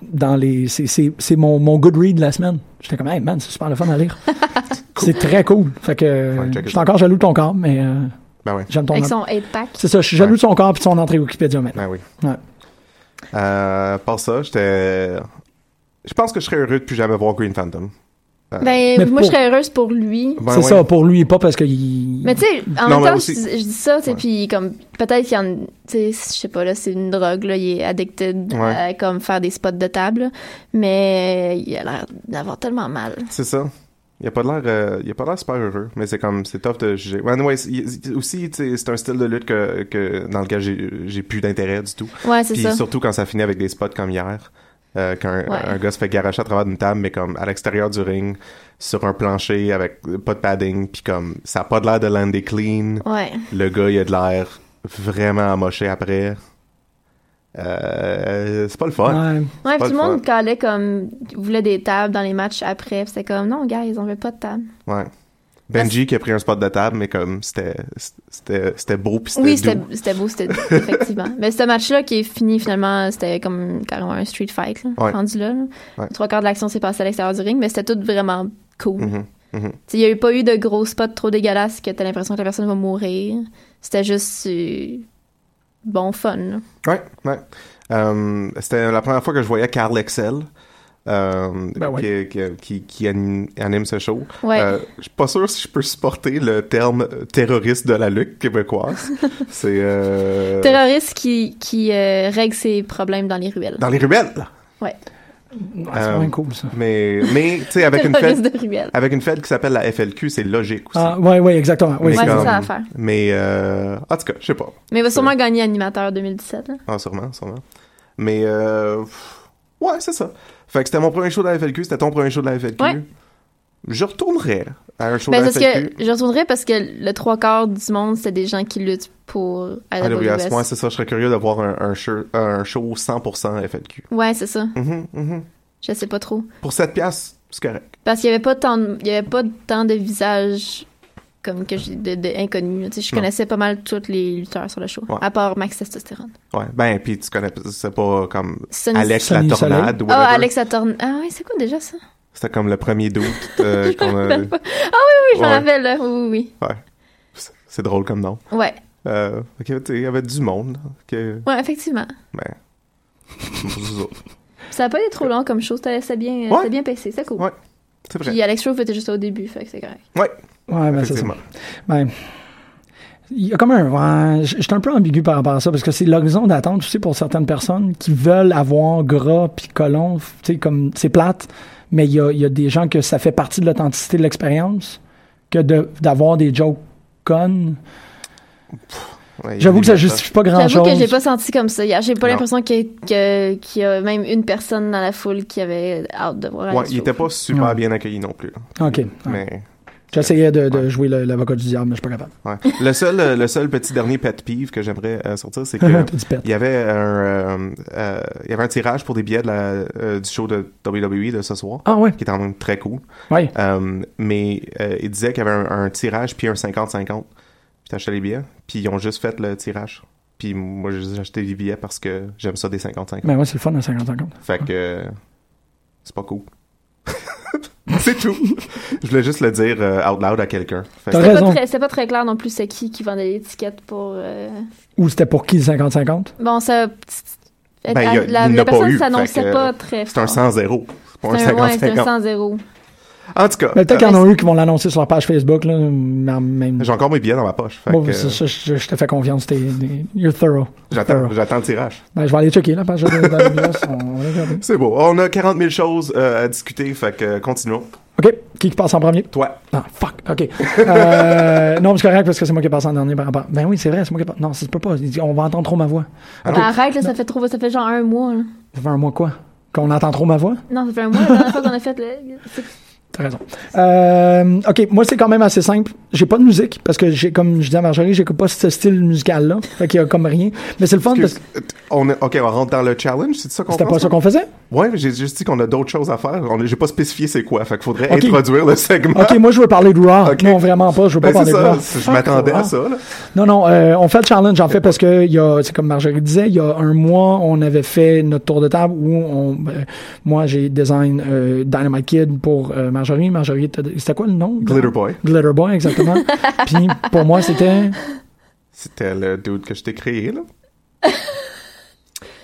Speaker 9: dans les, c'est- c'est c'est mon mon good read de la semaine. J'étais comme, hey man, c'est super le fun à lire. C'est très cool. Fait que euh,
Speaker 6: check
Speaker 9: je
Speaker 6: it
Speaker 9: suis encore jaloux de ton corps, mais euh,
Speaker 6: Ben ouais.
Speaker 9: j'aime ton.
Speaker 8: Avec son
Speaker 9: en-
Speaker 8: 8-pack.
Speaker 9: C'est ça, je suis jaloux de son corps puis de son entrée Wikipédia maintenant.
Speaker 6: Ben oui.
Speaker 9: Ouais.
Speaker 6: Euh, par ça, j'étais. Je pense que je serais heureux de plus jamais voir Green Phantom. Euh,
Speaker 8: Ben, moi, je serais heureuse pour lui.
Speaker 6: Ben
Speaker 9: c'est
Speaker 6: ouais.
Speaker 9: ça pour lui, pas parce qu'il.
Speaker 8: Mais tu sais, en
Speaker 9: Non,
Speaker 8: même
Speaker 9: mais
Speaker 8: temps,
Speaker 9: aussi-
Speaker 8: je, je dis ça, tu sais, puis comme, peut-être qu'il y en, tu sais, je sais pas, là, c'est une drogue, là, il est addicted
Speaker 6: Ouais.
Speaker 8: à, comme, faire des spots de table, là. mais il a l'air d'avoir tellement mal.
Speaker 6: C'est ça. Il a pas l'air, euh, il a pas l'air super heureux, mais c'est comme, c'est tough de juger. Ouais, Anyway, c'est- il- aussi, tu sais, c'est un style de lutte que, que- dans lequel j'ai, j'ai plus d'intérêt du tout.
Speaker 8: Ouais, c'est
Speaker 6: Puis
Speaker 8: ça.
Speaker 6: surtout quand ça finit avec des spots comme hier, euh, quand un,
Speaker 8: Ouais.
Speaker 6: un gars se fait garocher à travers une table, mais comme à l'extérieur du ring, sur un plancher avec euh, pas de padding, puis comme ça a pas de l'air de lander clean.
Speaker 8: Ouais.
Speaker 6: Le gars, il a de l'air vraiment amoché après. Euh, c'est pas le fun. C'est
Speaker 8: Ouais,
Speaker 6: pas
Speaker 8: puis le
Speaker 6: fun.
Speaker 8: monde calait comme, voulait des tables dans les matchs après, puis c'était comme, non, gars, ils en veulent pas de table.
Speaker 6: Ouais. Benji qui a pris un spot de table, mais comme c'était c'était c'était beau puis c'était
Speaker 8: Oui, c'était
Speaker 6: doux.
Speaker 8: c'était beau, c'était effectivement. Mais ce match-là qui est fini finalement, c'était comme carrément un street fight, là,
Speaker 6: Ouais.
Speaker 8: rendu là. là.
Speaker 6: Ouais.
Speaker 8: Trois quarts de l'action s'est passée à l'extérieur du ring, mais c'était tout vraiment cool.
Speaker 6: Mhm, mhm.
Speaker 8: T'sais, Il n'y a eu pas eu de gros spots trop dégueulasses que t'as l'impression que la personne va mourir. C'était juste euh, bon fun. là.
Speaker 6: Ouais, ouais. Euh, c'était la première fois que je voyais Carl Excel. euh,
Speaker 8: Ben ouais.
Speaker 6: qui, qui- qui- qui anime, anime ce show.
Speaker 8: Ouais.
Speaker 6: Euh, je suis pas sûr si je peux supporter le terme terroriste de la lutte québécoise. C'est euh,
Speaker 8: Terroriste qui, qui euh, règle ses problèmes dans les ruelles.
Speaker 6: dans les ruelles.
Speaker 8: Ouais.
Speaker 6: Euh,
Speaker 9: vraiment cool, ça.
Speaker 6: Mais mais tu sais avec une
Speaker 8: Terroriste
Speaker 6: fête
Speaker 8: de ruelle.
Speaker 6: avec une fête qui s'appelle la FLQ, c'est logique aussi.
Speaker 9: Ah, ouais, ouais, exactement.
Speaker 6: Mais
Speaker 9: Oui,
Speaker 8: Ouais, c'est
Speaker 6: comme-
Speaker 8: ça à faire.
Speaker 6: Mais euh, en tout cas, je sais pas.
Speaker 8: Mais il va sûrement gagner animateur 2017. là.
Speaker 6: Ah, sûrement, sûrement. Mais, euh, pff, ouais, c'est ça. Fait que c'était mon premier show de la FLQ, c'était ton premier show de la FLQ.
Speaker 8: Ouais.
Speaker 6: Je retournerais à un show
Speaker 8: Ben,
Speaker 6: de la
Speaker 8: parce
Speaker 6: FLQ.
Speaker 8: que je retournerais parce que le trois quarts du monde, c'est des gens qui luttent pour
Speaker 6: Ah, le
Speaker 8: AWS.
Speaker 6: WS, ouais, c'est ça, je serais curieux de voir un, un show, un show 100% FLQ.
Speaker 8: Ouais, c'est ça.
Speaker 6: Mhm, mhm.
Speaker 8: Je sais pas trop.
Speaker 6: Pour 7 piastres, c'est correct.
Speaker 8: Parce qu'il y avait pas tant de, il y avait pas tant de visages comme que j'ai de, de inconnus. Tu sais, je
Speaker 6: Non.
Speaker 8: connaissais pas mal tous les lutteurs sur le show,
Speaker 6: Ouais.
Speaker 8: à part Max Testostérone.
Speaker 6: Ouais, ben, puis tu connais, c'est pas comme
Speaker 8: Sonny-
Speaker 6: Alex la
Speaker 9: Sonny Soleil.
Speaker 6: tornade ou
Speaker 8: Ah,
Speaker 6: whatever.
Speaker 8: Alex Attorn. Ah oui, c'est quoi déjà ça?
Speaker 6: C'était comme le premier doute euh, qu'on
Speaker 8: ah
Speaker 6: a.
Speaker 8: oui, oui, oui, je m'en
Speaker 6: Ouais.
Speaker 8: rappelle, là. Oui, oui,
Speaker 6: Ouais. C'est- C'est drôle comme nom.
Speaker 8: oui. Ouais.
Speaker 6: Euh, ok, tu sais, il y avait du monde. hein, Que...
Speaker 8: Ouais, effectivement.
Speaker 6: Ben.
Speaker 8: Ça a pas été trop long comme show. C'était c'était bien,
Speaker 6: Ouais.
Speaker 8: c'était bien pacé, c'était cool.
Speaker 6: Ouais. C'est vrai.
Speaker 8: Puis Alex Chauve était juste au début, fait que c'est correct.
Speaker 6: Ouais.
Speaker 9: Ouais, ben, c'est ça.
Speaker 6: Effectivement.
Speaker 9: Ben, il y a comme un. ouais, je je suis un peu ambigu par rapport à ça parce que c'est l'horizon d'attente, tu sais, pour certaines personnes qui veulent avoir gras puis colon, f- tu sais, comme c'est plate, mais il y a, il y a des gens que ça fait partie de l'authenticité de l'expérience que de- d'avoir des jokes connes.
Speaker 6: Ouais, il y a
Speaker 9: J'avoue
Speaker 6: des
Speaker 9: que ça
Speaker 6: messages.
Speaker 9: justifie pas grand
Speaker 8: J'avoue
Speaker 9: chose.
Speaker 8: que j'ai pas senti comme ça hier. J'ai pas
Speaker 6: Non.
Speaker 8: l'impression que- que- qu'il y a même une personne dans la foule qui avait hâte de voir Alex
Speaker 6: Ouais, il
Speaker 8: Chauve.
Speaker 6: était pas super bien accueilli non plus. là.
Speaker 9: Ok.
Speaker 6: Mais
Speaker 9: J'essayais de, de jouer le- l'avocat du diable, mais je suis pas capable.
Speaker 6: ouais. le seul euh, le seul petit dernier pet peeve que j'aimerais euh, sortir c'est que
Speaker 9: Petit pet.
Speaker 6: il y avait un euh, euh, il y avait un tirage pour des billets de la, euh, du show de WWE de ce soir
Speaker 9: Ah ouais.
Speaker 6: qui était quand même très cool.
Speaker 9: Ouais.
Speaker 6: Euh, mais euh, il disait qu'il y avait un, un tirage puis un 50-50. Puis t'achetais les billets, puis ils ont juste fait le tirage. Puis moi j'ai acheté les billets parce que j'aime ça des 50-50.
Speaker 9: Ben ouais, c'est le fun à 50-50.
Speaker 6: Fait que euh, c'est pas cool. c'est tout. Je voulais juste le dire euh, out loud à quelqu'un. Fait que-
Speaker 8: C'était
Speaker 9: T'as
Speaker 8: pas
Speaker 9: raison.
Speaker 8: très- C'était pas très clair non plus c'est qui qui vendait les étiquettes pour. euh,
Speaker 9: Ou c'était pour qui le 50-50?
Speaker 8: Bon, ça.
Speaker 6: Ben, il y a-
Speaker 8: la- la,
Speaker 6: il n'y en a pas
Speaker 8: personne
Speaker 6: eu,
Speaker 8: s'annonçait
Speaker 6: fait que, euh,
Speaker 8: pas très
Speaker 6: C'est un
Speaker 8: fort.
Speaker 6: 100-0. C'est pas un
Speaker 8: C'est un- ouais, c'est
Speaker 6: 50-50.
Speaker 8: un 100-0.
Speaker 6: En tout cas,
Speaker 9: Mais peut-être qu'il y en
Speaker 6: euh,
Speaker 9: a eu qui vont l'annoncer sur leur page Facebook, là, mais en même
Speaker 6: j'ai encore mes billets dans ma poche. Fait
Speaker 9: Bon,
Speaker 6: que,
Speaker 9: ça,
Speaker 6: euh,
Speaker 9: ça, je, je te fais confiance, t'es, t'es- you're thorough.
Speaker 6: j'attends, j'attends le tirage.
Speaker 9: Ben, je vais aller checker la page de, de- de- de- on va aller regarder.
Speaker 6: C'est beau. On a 40 000 choses euh, à discuter, fait que euh, continuons.
Speaker 9: OK. Qui qui passe en premier?
Speaker 6: Toi.
Speaker 9: Ah, fuck. OK. Euh, non, mais c'est correct parce que c'est moi qui passe en dernier par rapport. Ben oui, c'est vrai, c'est moi qui passe. Non, ça se peut pas. Il dit, On va entendre trop ma voix.
Speaker 6: Ah
Speaker 8: Ben, Arrête, là, ça fait trop, ça fait genre un mois. là.
Speaker 9: Ça fait un mois quoi? Qu'on entend trop ma voix?
Speaker 8: Non, ça fait un mois la dernière fois qu'on a fait le. c'est-
Speaker 9: T'as raison. Euh, OK, moi, c'est quand même assez simple. J'ai pas de musique parce que, j'ai comme je disais à Marjorie, j'écoute pas ce style musical-là. Fait qu'il y a comme rien. Mais c'est le fun parce
Speaker 6: Excuse-
Speaker 9: que
Speaker 6: on est- ok, on rentre dans le challenge, c'est ça qu'on
Speaker 9: c'était
Speaker 6: pense,
Speaker 9: pas ça
Speaker 6: là?
Speaker 9: qu'on faisait.
Speaker 6: Ouais, mais j'ai juste dit qu'on a d'autres choses à faire. On a- J'ai pas spécifié c'est quoi. Fait qu'il faudrait
Speaker 9: Ok.
Speaker 6: introduire le segment.
Speaker 9: OK, moi, je veux parler de Raw.
Speaker 6: Ok.
Speaker 9: Non, vraiment pas. Je veux pas
Speaker 6: Ben,
Speaker 9: parler
Speaker 6: c'est
Speaker 9: de
Speaker 6: ça.
Speaker 9: Raw.
Speaker 6: C'est- Je
Speaker 9: Fuck
Speaker 6: m'attendais à
Speaker 9: Raw.
Speaker 6: ça, là.
Speaker 9: Non, non, euh, on fait le challenge, en fait, parce que, il y a, c'est comme Marjorie disait, il y a un mois, on avait fait notre tour de table où on, euh, moi, j'ai design euh, Dynamite Kid pour euh, Marjorie. Marjorie, t'as- c'était quoi le nom?
Speaker 6: Glitter Boy.
Speaker 9: Glitter Boy, exactement. Puis pour moi, c'était...
Speaker 6: C'était le dude que je t'ai créé, là.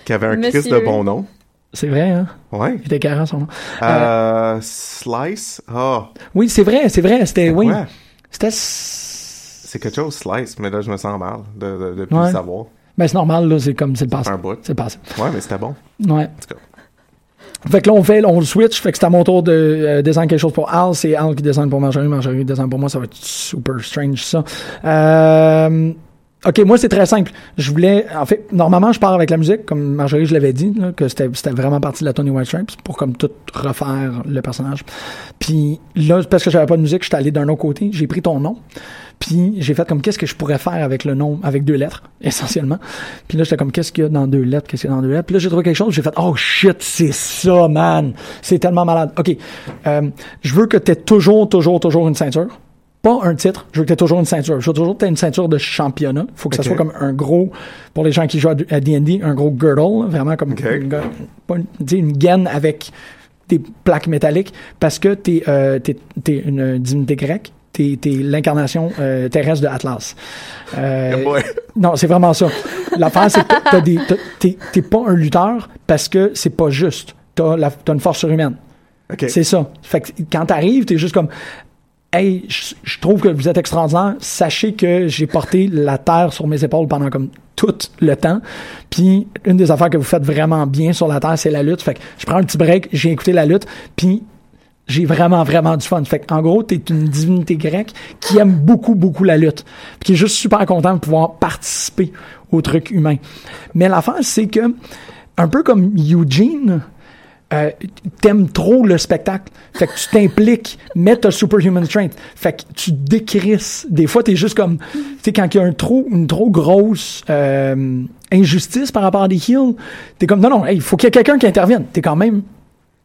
Speaker 6: qui avait un Christ
Speaker 8: Monsieur.
Speaker 6: de bon nom.
Speaker 9: C'est vrai, hein?
Speaker 6: Ouais.
Speaker 9: Il était carré, son nom.
Speaker 6: Euh, Slice. Ah,
Speaker 9: Oui, c'est vrai, c'est vrai. C'était, oui.
Speaker 6: Ouais.
Speaker 9: C'était... s-
Speaker 6: c'est quelque chose, Slice, mais là, je me sens mal de, de, de plus
Speaker 9: Ouais.
Speaker 6: savoir.
Speaker 9: Ben, c'est normal, là, c'est comme, c'est le passé.
Speaker 6: Un bout.
Speaker 9: C'est le passé.
Speaker 6: Ouais, mais c'était bon.
Speaker 9: Ouais.
Speaker 6: tout cas.
Speaker 9: Fait que là, on fait, on le switch. Fait que c'est à mon tour de euh, design quelque chose pour Al. C'est Al qui design pour Marjorie. Marjorie design pour moi. Ça va être super strange, ça. Euh, OK, moi, c'est très simple. Je voulais... En fait, normalement, je pars avec la musique, comme Marjorie, je l'avais dit, là, que c'était c'était vraiment parti de la Tony White Stripes pour comme tout refaire le personnage. Puis là, parce que j'avais pas de musique, j'étais allé d'un autre côté. J'ai pris ton nom. Puis j'ai fait comme qu'est-ce que je pourrais faire avec le nom, avec deux lettres, essentiellement. Puis là, j'étais comme qu'est-ce qu'il y a dans deux lettres, qu'est-ce qu'il y a dans deux lettres. Puis là, j'ai trouvé quelque chose, j'ai fait oh shit, c'est ça, man. C'est tellement malade. OK. Euh, je veux que tu toujours, toujours, toujours une ceinture. Pas un titre, je veux que tu toujours une ceinture. Je veux toujours que tu une ceinture de championnat. faut que ça
Speaker 6: Ok.
Speaker 9: soit comme un gros, pour les gens qui jouent à D- à D&D, un gros girdle, vraiment comme
Speaker 6: Ok.
Speaker 9: une, ga- pas une- tu sais, une gaine avec des plaques métalliques parce que t'es euh, t'es- t'es une divinité grecque. T'es t'es l'incarnation euh, terrestre de Atlas. Euh,
Speaker 6: Yeah, boy.
Speaker 9: non, c'est vraiment ça. L'affaire, c'est que t'as des- t'as- t'es- t'es pas un lutteur parce que c'est pas juste. T'as la- t'as une force surhumaine.
Speaker 6: Ok.
Speaker 9: C'est ça. Fait que quand t'arrives, t'es juste comme Hey, je je trouve que vous êtes extraordinaire. Sachez que j'ai porté la terre sur mes épaules pendant comme tout le temps. Puis une des affaires que vous faites vraiment bien sur la terre, c'est la lutte. Fait que je prends un petit break, j'ai écouté la lutte, puis j'ai vraiment, vraiment du fun. Fait que, en gros, t'es une divinité grecque qui aime beaucoup, beaucoup la lutte. Puis qui est juste super content de pouvoir participer au truc humain. Mais l'affaire, c'est que, un peu comme Eugene, euh, t'aimes trop le spectacle. Fait que tu t'impliques, mais t'as superhuman strength. Fait que tu décrisses. Des fois, t'es juste comme, tu sais, quand il y a un trop, une trop grosse euh, injustice par rapport à des heals, t'es comme, non, non, hey, il faut qu'il y ait quelqu'un qui intervienne. T'es quand même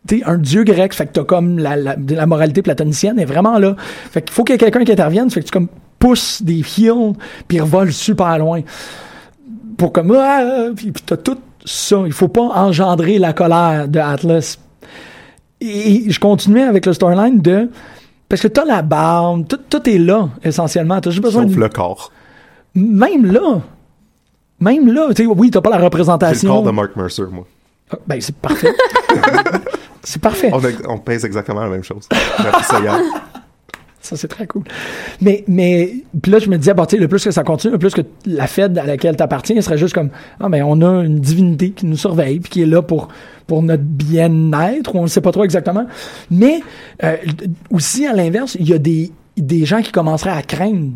Speaker 9: t'es un dieu grec, fait que t'as comme la, la, de la moralité platonicienne est vraiment là. Fait qu'il faut qu'il y ait quelqu'un qui intervienne, fait que tu comme pousses des heals, puis ils revolent super loin. Pour comme, ah, ah, puis puis t'as tout ça. Il faut pas engendrer la colère de Atlas. Et je continuais avec le storyline de, parce que t'as la barbe, tout, tout est là, essentiellement. T'as juste besoin
Speaker 6: Sauf
Speaker 9: de-
Speaker 6: le corps.
Speaker 9: Même là, même là, tu sais, oui, t'as pas la
Speaker 6: J'ai le
Speaker 9: représentation.
Speaker 6: corps de Mark Mercer, moi.
Speaker 9: Ah, Ben, c'est parfait. c'est parfait.
Speaker 6: On, a- on pèse exactement la même chose. J'ai appris ça hier.
Speaker 9: Ça, c'est très cool. Mais, mais puis là, je me disais, bah, tu sais, le plus que ça continue, le plus que la Fed à laquelle tu appartiens serait juste comme, ah, mais on a une divinité qui nous surveille, puis qui est là pour, pour notre bien-être, ou on ne sait pas trop exactement. Mais euh, aussi, à l'inverse, il y a des, des gens qui commenceraient à craindre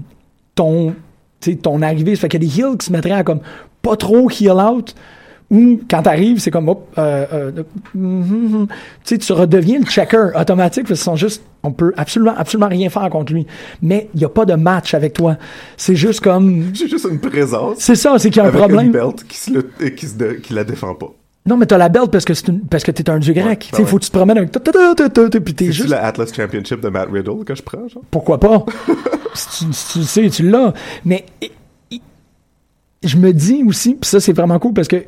Speaker 9: ton, tu sais, ton arrivée. Ça fait qu'il y a des heals qui se mettraient à comme, pas trop heal out. Ou quand t'arrives, c'est comme hop, euh, euh, hum, hum, hum. tu sais, tu redeviens le checker automatique parce qu'ils sont juste, on peut absolument, absolument rien faire contre lui. Mais il n'y a pas de match avec toi. C'est juste comme,
Speaker 6: J'ai juste une présence.
Speaker 9: c'est ça, c'est qu'il y a un
Speaker 6: avec une
Speaker 9: problème.
Speaker 6: belt qui, se le- euh, qui, se de- qui la défend pas.
Speaker 9: Non, mais t'as la belt parce que c'est une- parce que t'es un dieu grec. tu sais,
Speaker 6: ouais.
Speaker 9: faut que tu te promènes avec, ta- ta- ta- ta- ta- ta- puis t'es
Speaker 6: C'est
Speaker 9: juste.
Speaker 6: juste... la Atlas Championship de Matt Riddle que je prends, genre.
Speaker 9: pourquoi pas? si, tu, si tu le sais, tu l'as. Mais i- i- je me dis aussi, puis ça c'est vraiment cool parce que,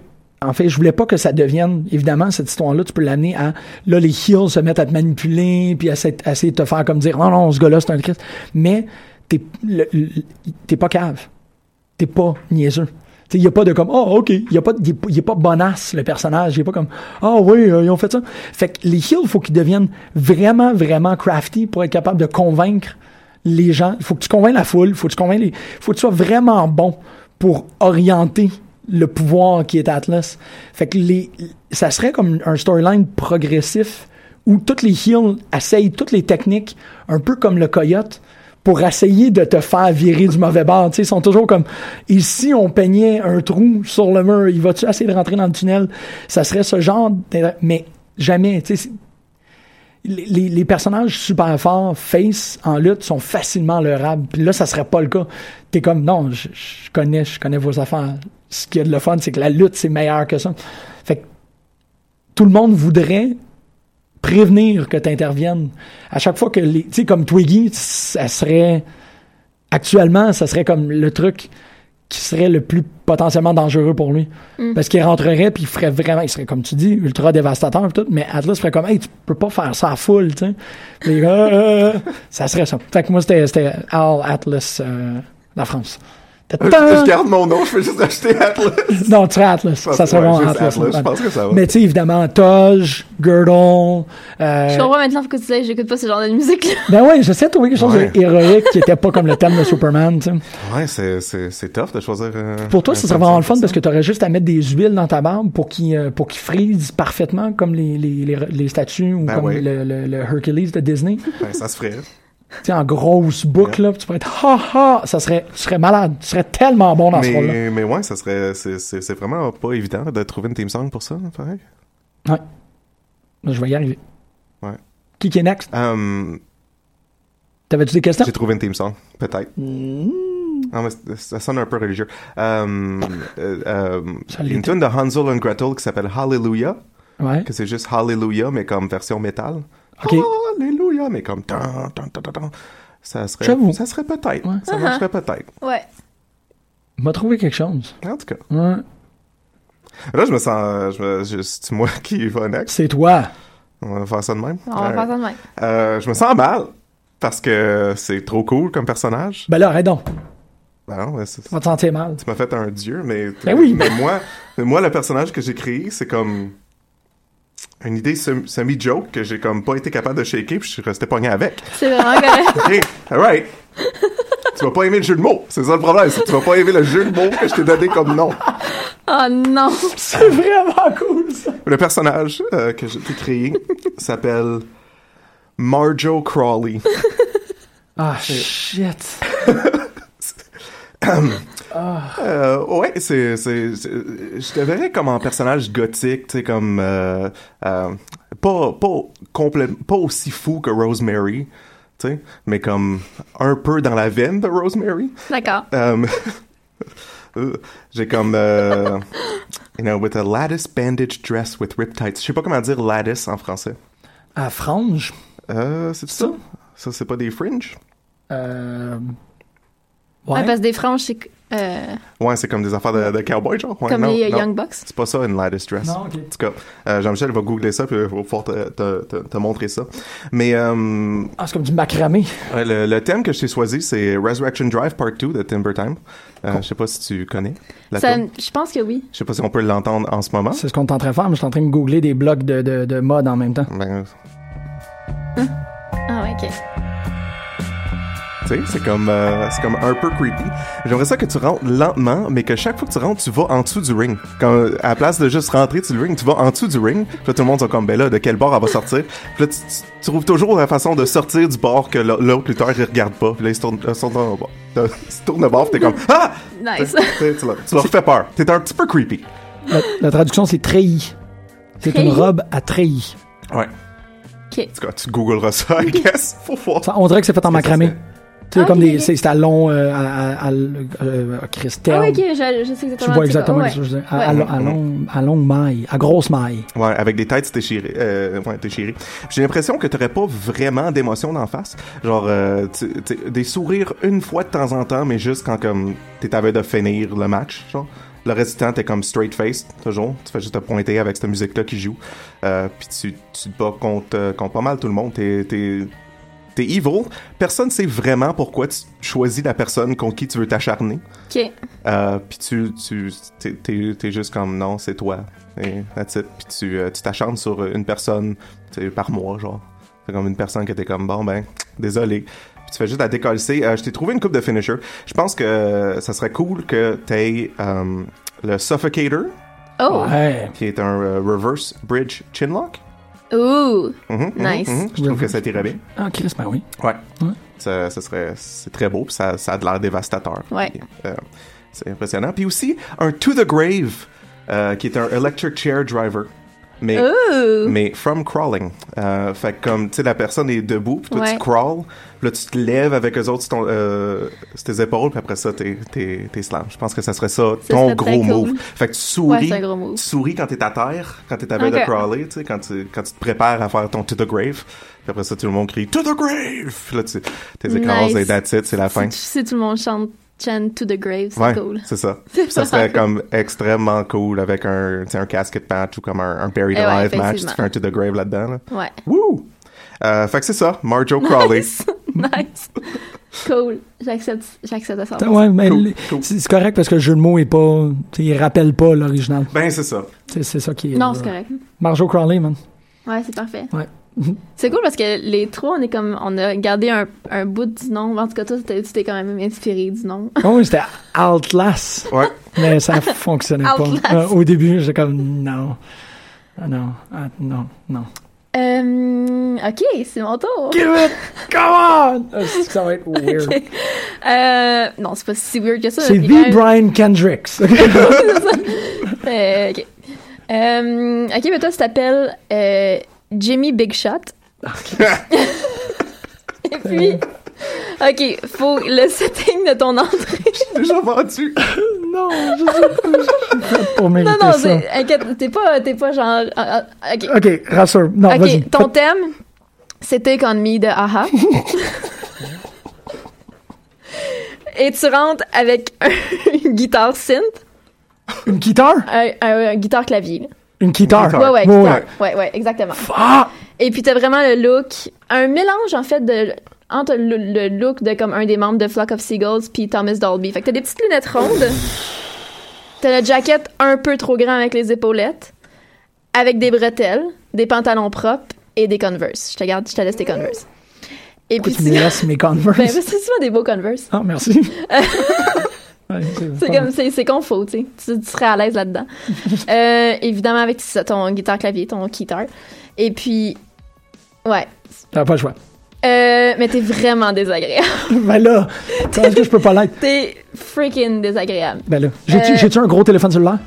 Speaker 9: en fait, je voulais pas que ça devienne, évidemment, cette histoire-là, tu peux l'amener à, là, les heels se mettent à te manipuler, puis à essayer, à essayer de te faire comme dire, non, non, ce gars-là, c'est un Christ. Mais t'es le- le- t'es pas cave. T'es pas niaiseux. Il n'y a pas de comme, oh, OK. Il n'y a pas, il est pas- il est pas bonasse, le personnage. Il n'est pas comme, ah oui, euh, ils ont fait ça. Fait que les heels, il faut qu'ils deviennent vraiment, vraiment crafty pour être capable de convaincre les gens. Il faut que tu convainques la foule. Il faut que tu convainques les. faut que tu sois vraiment bon pour orienter le pouvoir qui est Atlas. Fait que les, ça serait comme un storyline progressif où toutes les heels essayent toutes les techniques, un peu comme le coyote, pour essayer de te faire virer du mauvais bord. Tu sais, ils sont toujours comme, et si on peignait un trou sur le mur, il va-tu essayer de rentrer dans le tunnel? Ça serait ce genre, de- mais jamais, tu sais, c'est- les, les- les personnages super forts, face, en lutte, sont facilement leurables. Puis là, ça serait pas le cas. T'es comme, non, je, je connais, je connais vos affaires. Ce qui est de le fun, c'est que la lutte, c'est meilleur que ça. Fait que tout le monde voudrait prévenir que tu interviennes. À chaque fois que les. Tu sais, comme Twiggy, ça serait. Actuellement, ça serait comme le truc qui serait le plus potentiellement dangereux pour lui.
Speaker 8: Mm.
Speaker 9: Parce qu'il rentrerait puis il ferait vraiment. Il serait, comme tu dis, ultra dévastateur et tout, mais Atlas ferait comme Hey, tu peux pas faire ça à full, tu sais. Puis, euh, euh, euh, ça serait ça. Fait que moi, c'était c'était Al Atlas, euh, la France.
Speaker 2: Je, je garde mon nom, je vais juste acheter Atlas.
Speaker 9: Non, tu serais Atlas.
Speaker 2: pense-
Speaker 9: Ça serait
Speaker 2: ouais,
Speaker 9: bon
Speaker 2: juste
Speaker 9: Atlas.
Speaker 2: Atlas, je pense que ça va.
Speaker 9: Mais tu sais, évidemment, Toge, Girdle. euh,
Speaker 8: Je comprends maintenant pourquoi tu disais, j'écoute pas ce genre de musique là.
Speaker 9: Ben ouais, j'essaie de trouver quelque chose
Speaker 2: Ouais.
Speaker 9: d'héroïque qui était pas comme le thème de Superman, tu sais.
Speaker 2: Ouais, c'est- c'est c'est tough de choisir. euh,
Speaker 9: Pour toi,
Speaker 2: un
Speaker 9: ce serait
Speaker 2: thème
Speaker 9: vraiment le
Speaker 2: simple.
Speaker 9: fun parce que t'aurais juste à mettre des huiles dans ta barbe pour qu'ils euh, pour qu'ils frisent parfaitement comme les, les, les, les statues ou
Speaker 2: Ben
Speaker 9: comme
Speaker 2: ouais.
Speaker 9: le, le- le Hercules de Disney. tu
Speaker 2: Ben, ça se ferait.
Speaker 9: sais, en grosse boucle, là, puis tu pourrais être ha ha, ça serait, tu serais malade, tu serais tellement bon dans ce rôle-là.
Speaker 2: Mais, mais ouais, ça serait. c'est- C'est c'est vraiment pas évident de trouver une team song pour ça, pareil.
Speaker 9: Ouais. Je vais y arriver.
Speaker 2: Ouais.
Speaker 9: Qui qui est next?
Speaker 6: Euh,
Speaker 2: Hum,
Speaker 9: T'avais-tu des questions?
Speaker 2: J'ai trouvé une team song, peut-être. Ah, mais c- ça sonne un peu religieux. Hum, euh, hum,
Speaker 9: Ça
Speaker 2: une
Speaker 9: l'était.
Speaker 2: tune de Hansel and Gretel qui s'appelle Hallelujah,
Speaker 9: Ouais.
Speaker 2: que c'est juste Hallelujah, mais comme version métal.
Speaker 9: Ok.
Speaker 2: Hallelujah, mais comme. tan, tan, tan, tan, tan. Ça serait,
Speaker 9: J'avoue.
Speaker 2: ça serait peut-être.
Speaker 9: Ouais.
Speaker 2: Ça marcherait peut-être.
Speaker 8: Ouais.
Speaker 9: M'a trouvé quelque chose.
Speaker 2: En tout cas.
Speaker 9: Ouais.
Speaker 2: Là, je me sens. Je me- je- c'est moi qui va next.
Speaker 9: C'est toi.
Speaker 2: On va faire ça de même.
Speaker 8: On va
Speaker 2: Ouais.
Speaker 8: faire ça demain.
Speaker 2: Euh, je me sens mal parce que c'est trop cool comme personnage.
Speaker 9: Ben là, arrête donc.
Speaker 2: Ben non, mais c'est-
Speaker 9: Tu vas te sentir mal.
Speaker 2: tu m'as fait un dieu, mais,
Speaker 9: Ben oui.
Speaker 2: mais moi, mais moi, le personnage que j'ai créé, c'est comme une idée sem- semi-joke que j'ai comme pas été capable de shaker, puis je suis resté pogné avec.
Speaker 8: C'est vraiment correct.
Speaker 2: Ok, alright. tu vas pas aimer le jeu de mots, c'est ça le problème, c'est que tu vas pas aimer le jeu de mots que je t'ai donné comme nom.
Speaker 8: Oh non.
Speaker 9: C'est vraiment cool, ça.
Speaker 2: Le personnage euh, que j'ai créé s'appelle Marjo Crawley.
Speaker 9: Ah, shit.
Speaker 2: Euh, ouais, c'est, c'est, c'est- je te verrais comme un personnage gothique, tu sais, comme euh, euh, pas pas complètement pas aussi fou que Rosemary, tu sais, mais comme un peu dans la veine de Rosemary.
Speaker 8: D'accord.
Speaker 2: Um, euh, J'ai comme, euh, you know, with a lattice bandage dress with riptides. Je sais pas comment dire lattice en français.
Speaker 9: À frange.
Speaker 2: Euh, c'est ça? Ça, c'est pas des fringes?
Speaker 9: Euh...
Speaker 8: Ouais,
Speaker 9: Ouais.
Speaker 8: parce que des franges, c'est euh,
Speaker 2: Ouais, c'est comme des affaires de, de cowboy, genre. Ouais,
Speaker 8: comme
Speaker 2: non,
Speaker 8: les euh,
Speaker 2: non.
Speaker 8: Young Bucks.
Speaker 2: C'est pas ça, une lattice dress.
Speaker 9: Non, ok.
Speaker 2: En tout cas, euh, Jean-Michel va googler ça, puis il va pouvoir te, te- te- te montrer ça. Mais euh,
Speaker 9: Ah, c'est comme du macramé.
Speaker 2: ouais, le, le thème que je t'ai choisi, c'est Resurrection Drive Part 2 de Timber Time. Euh, Je sais pas si tu connais la
Speaker 8: Ça-
Speaker 2: tune.
Speaker 8: Je pense que oui.
Speaker 2: Je sais pas si on peut l'entendre en ce moment.
Speaker 9: C'est ce qu'on est en train de faire, mais je suis en train de googler des blocs de, de, de mode en même temps.
Speaker 2: Ben,
Speaker 8: Ah ouais, ok.
Speaker 2: tu sais, c'est comme, euh, c'est comme un peu creepy. J'aimerais ça que tu rentres lentement, mais que chaque fois que tu rentres, tu vas en dessous du ring. Comme, à la place de juste rentrer sur le ring, tu vas en dessous du ring. Puis là, tout le monde sont comme, ben là, de quel bord elle va sortir? Puis là, tu, tu- tu trouves toujours la façon de sortir du bord que l'au- l'autre lutteur, il regarde pas. Puis là, il se tourne, euh, se tourne au bord. Euh, il se tourne au bord, puis t'es comme, ah!
Speaker 8: Nice.
Speaker 2: Tu sais, tu leur, tu leur fais peur. T'es un petit peu creepy.
Speaker 9: La, la traduction, c'est treillis. C'est une
Speaker 8: Treillis?
Speaker 9: robe à treillis.
Speaker 2: Ouais.
Speaker 8: Ok.
Speaker 2: En tout cas, tu googleras ça, I guess. Faut voir.
Speaker 9: Ça, on dirait que c'est fait en
Speaker 2: Parce que ça
Speaker 9: macramé.
Speaker 2: serait-
Speaker 9: Tu sais,
Speaker 8: Ah,
Speaker 9: comme
Speaker 8: ok,
Speaker 9: des.
Speaker 8: ok.
Speaker 9: C'est c'est à long. euh, à, à, à- euh, à Christelle.
Speaker 8: Ah ouais, ok, je, je sais exactement.
Speaker 9: Tu vois
Speaker 8: c'est quoi.
Speaker 9: exactement
Speaker 8: Ouais.
Speaker 9: ce que je veux dire. À,
Speaker 8: Ouais.
Speaker 9: à long- à long- à longue maille. À grosse maille.
Speaker 2: Ouais, hein, avec des têtes déchirées. Euh, ouais, déchirées. J'ai l'impression que t'aurais pas vraiment d'émotion d'en face. Genre, euh, tu- tu- des sourires une fois de temps en temps, mais juste quand comme t'es aveugle de finir le match, genre. Le reste du temps, t'es comme straight face, toujours. Tu fais juste te pointer avec cette musique-là qui joue. Euh, Puis tu, tu te bats contre, euh, contre pas mal tout le monde. T'es- T'es t'es evil. Personne sait vraiment pourquoi tu choisis la personne contre qui tu veux t'acharner.
Speaker 8: Ok.
Speaker 2: Euh, puis tu, tu t'es- t'es, t'es juste comme non, c'est toi. Et that's it. Puis tu, euh, tu t'acharnes sur une personne tu sais, par mois, genre. C'est comme une personne que t'es comme bon, ben, désolé. Puis tu fais juste la décoller.
Speaker 6: Euh,
Speaker 2: je t'ai trouvé une coupe de finisher. Je pense que euh, ça serait cool que t'aies euh, le Suffocator,
Speaker 8: Oh.
Speaker 9: Ouais.
Speaker 2: qui est un euh, reverse bridge chinlock.
Speaker 8: Ooh,
Speaker 6: Mhm, mhm,
Speaker 8: nice.
Speaker 6: mhm. Je trouve que ça t'irait bien.
Speaker 9: Ah, Chris, ben oui.
Speaker 6: Ouais. Ça, ça serait, c'est très beau, puis ça, ça a de l'air dévastateur.
Speaker 8: Ouais.
Speaker 6: Puis, euh, c'est impressionnant. Puis aussi, un To the Grave, euh, qui est un Electric Chair Driver. Mais,
Speaker 8: Oh, Ooh.
Speaker 6: mais from crawling. Euh, fait que comme, tu sais, la personne est debout, puis toi,
Speaker 8: Ouais.
Speaker 6: tu crawls, puis là, tu te lèves avec eux autres sur, ton- euh, sur tes épaules, puis après ça, t'es, t'es, t'es slam. Je pense que ça serait ça,
Speaker 8: Ça
Speaker 6: ton
Speaker 8: serait très
Speaker 6: gros
Speaker 8: cool.
Speaker 6: move. Fait que tu souris,
Speaker 8: Ouais, c'est un gros move.
Speaker 6: tu souris quand t'es à terre, quand t'es à veille de
Speaker 8: Ok.
Speaker 6: crawler, tu sais, quand tu, quand tu te prépares à faire ton to the grave. Puis après ça, tout le monde crie to the grave! Puis là, tu t'es écrases
Speaker 8: Nice.
Speaker 6: et that's it, c'est la fin.
Speaker 8: Si, si tout le monde chante Chan to the grave, c'est
Speaker 6: Ouais,
Speaker 8: cool.
Speaker 6: c'est ça. Ça serait comme extrêmement cool avec un, tu sais, un casket patch ou comme un, un buried
Speaker 8: Eh ouais,
Speaker 6: alive match. Tu
Speaker 8: effectivement.
Speaker 6: fais un to the grave là-dedans. Là.
Speaker 8: Ouais.
Speaker 6: Woo! Euh, fait que c'est ça, Marjo Crawley.
Speaker 8: nice. Cool. J'accepte, j'accepte la sortie.
Speaker 9: Ouais, mais l- c'est c'est correct parce que le jeu de mots est pas. tu sais, Il rappelle pas l'original.
Speaker 6: Ben, c'est ça.
Speaker 9: C'est c'est ça qui est.
Speaker 8: Non,
Speaker 9: là.
Speaker 8: c'est correct.
Speaker 9: Marjo Crawley, man.
Speaker 8: Ouais, c'est parfait.
Speaker 9: Ouais.
Speaker 8: C'est cool parce que les trois, on est comme, on a gardé un, un bout du nom. En tout cas, toi, tu t'es- tu t'es quand même inspiré du nom.
Speaker 9: Oh, oui, c'était Outlast.
Speaker 6: Ouais.
Speaker 9: Mais ça fonctionnait
Speaker 8: Outlast.
Speaker 9: pas. Euh, au début, j'étais comme non. Ah, Non, ah, non, non.
Speaker 8: Euh, ok, c'est mon tour.
Speaker 9: Give it! Come on! Ah, c'est- Ça va être weird.
Speaker 8: Ok. Euh, non, c'est pas si weird que ça.
Speaker 9: C'est
Speaker 8: mais
Speaker 9: The
Speaker 8: quand
Speaker 9: Brian Kendricks.
Speaker 8: même- Euh, ok. Euh, ok, mais toi, tu t'appelles euh, Jimmy Big Shot. Et puis, ok, faut le setting de ton entrée.
Speaker 6: Déjà vendu.
Speaker 9: non, je sais pas pour mériter
Speaker 8: Non, non,
Speaker 9: ça.
Speaker 8: c'est- inquiète, t'es pas, t'es pas genre. ah, ah, ok,
Speaker 9: Ok, rassure. Non,
Speaker 8: Ok,
Speaker 9: vas-y.
Speaker 8: ton thème, c'était Take on Me de Aha. Et tu rentres avec une guitare synth,
Speaker 9: Une guitare?
Speaker 8: un, un- un guitare clavier. là.
Speaker 9: Une guitare.
Speaker 8: Ouais, ouais, guitare. Ouais, ouais, exactement.
Speaker 9: Ah!
Speaker 8: Et puis t'as vraiment le look, un mélange en fait de entre le, le look de comme un des membres de Flock of Seagulls puis Thomas Dolby. Fait que t'as des petites lunettes rondes, t'as la jaquette un peu trop grand avec les épaulettes, avec des bretelles, des pantalons propres et des Converse. Je te garde, je te laisse tes Converse. Et
Speaker 9: Pourquoi
Speaker 8: puis
Speaker 9: tu me
Speaker 8: sinon-
Speaker 9: laisses mes Converse?
Speaker 8: ben, c'est souvent des beaux Converse.
Speaker 9: Ah, merci. Ouais,
Speaker 8: C'est
Speaker 9: pas
Speaker 8: comme c'est c'est confo, tu sais. Tu- tu serais à l'aise là-dedans. Euh, évidemment avec ça, ton guitare clavier, ton guitare. Et puis ouais.
Speaker 9: T'as pas le choix.
Speaker 8: Euh, mais t'es vraiment désagréable.
Speaker 9: Ben là, comment est-ce que je peux pas l'être?
Speaker 8: T'es freaking désagréable.
Speaker 9: Ben là, j'ai-tu
Speaker 8: Euh,
Speaker 9: j'ai-tu un gros téléphone cellulaire?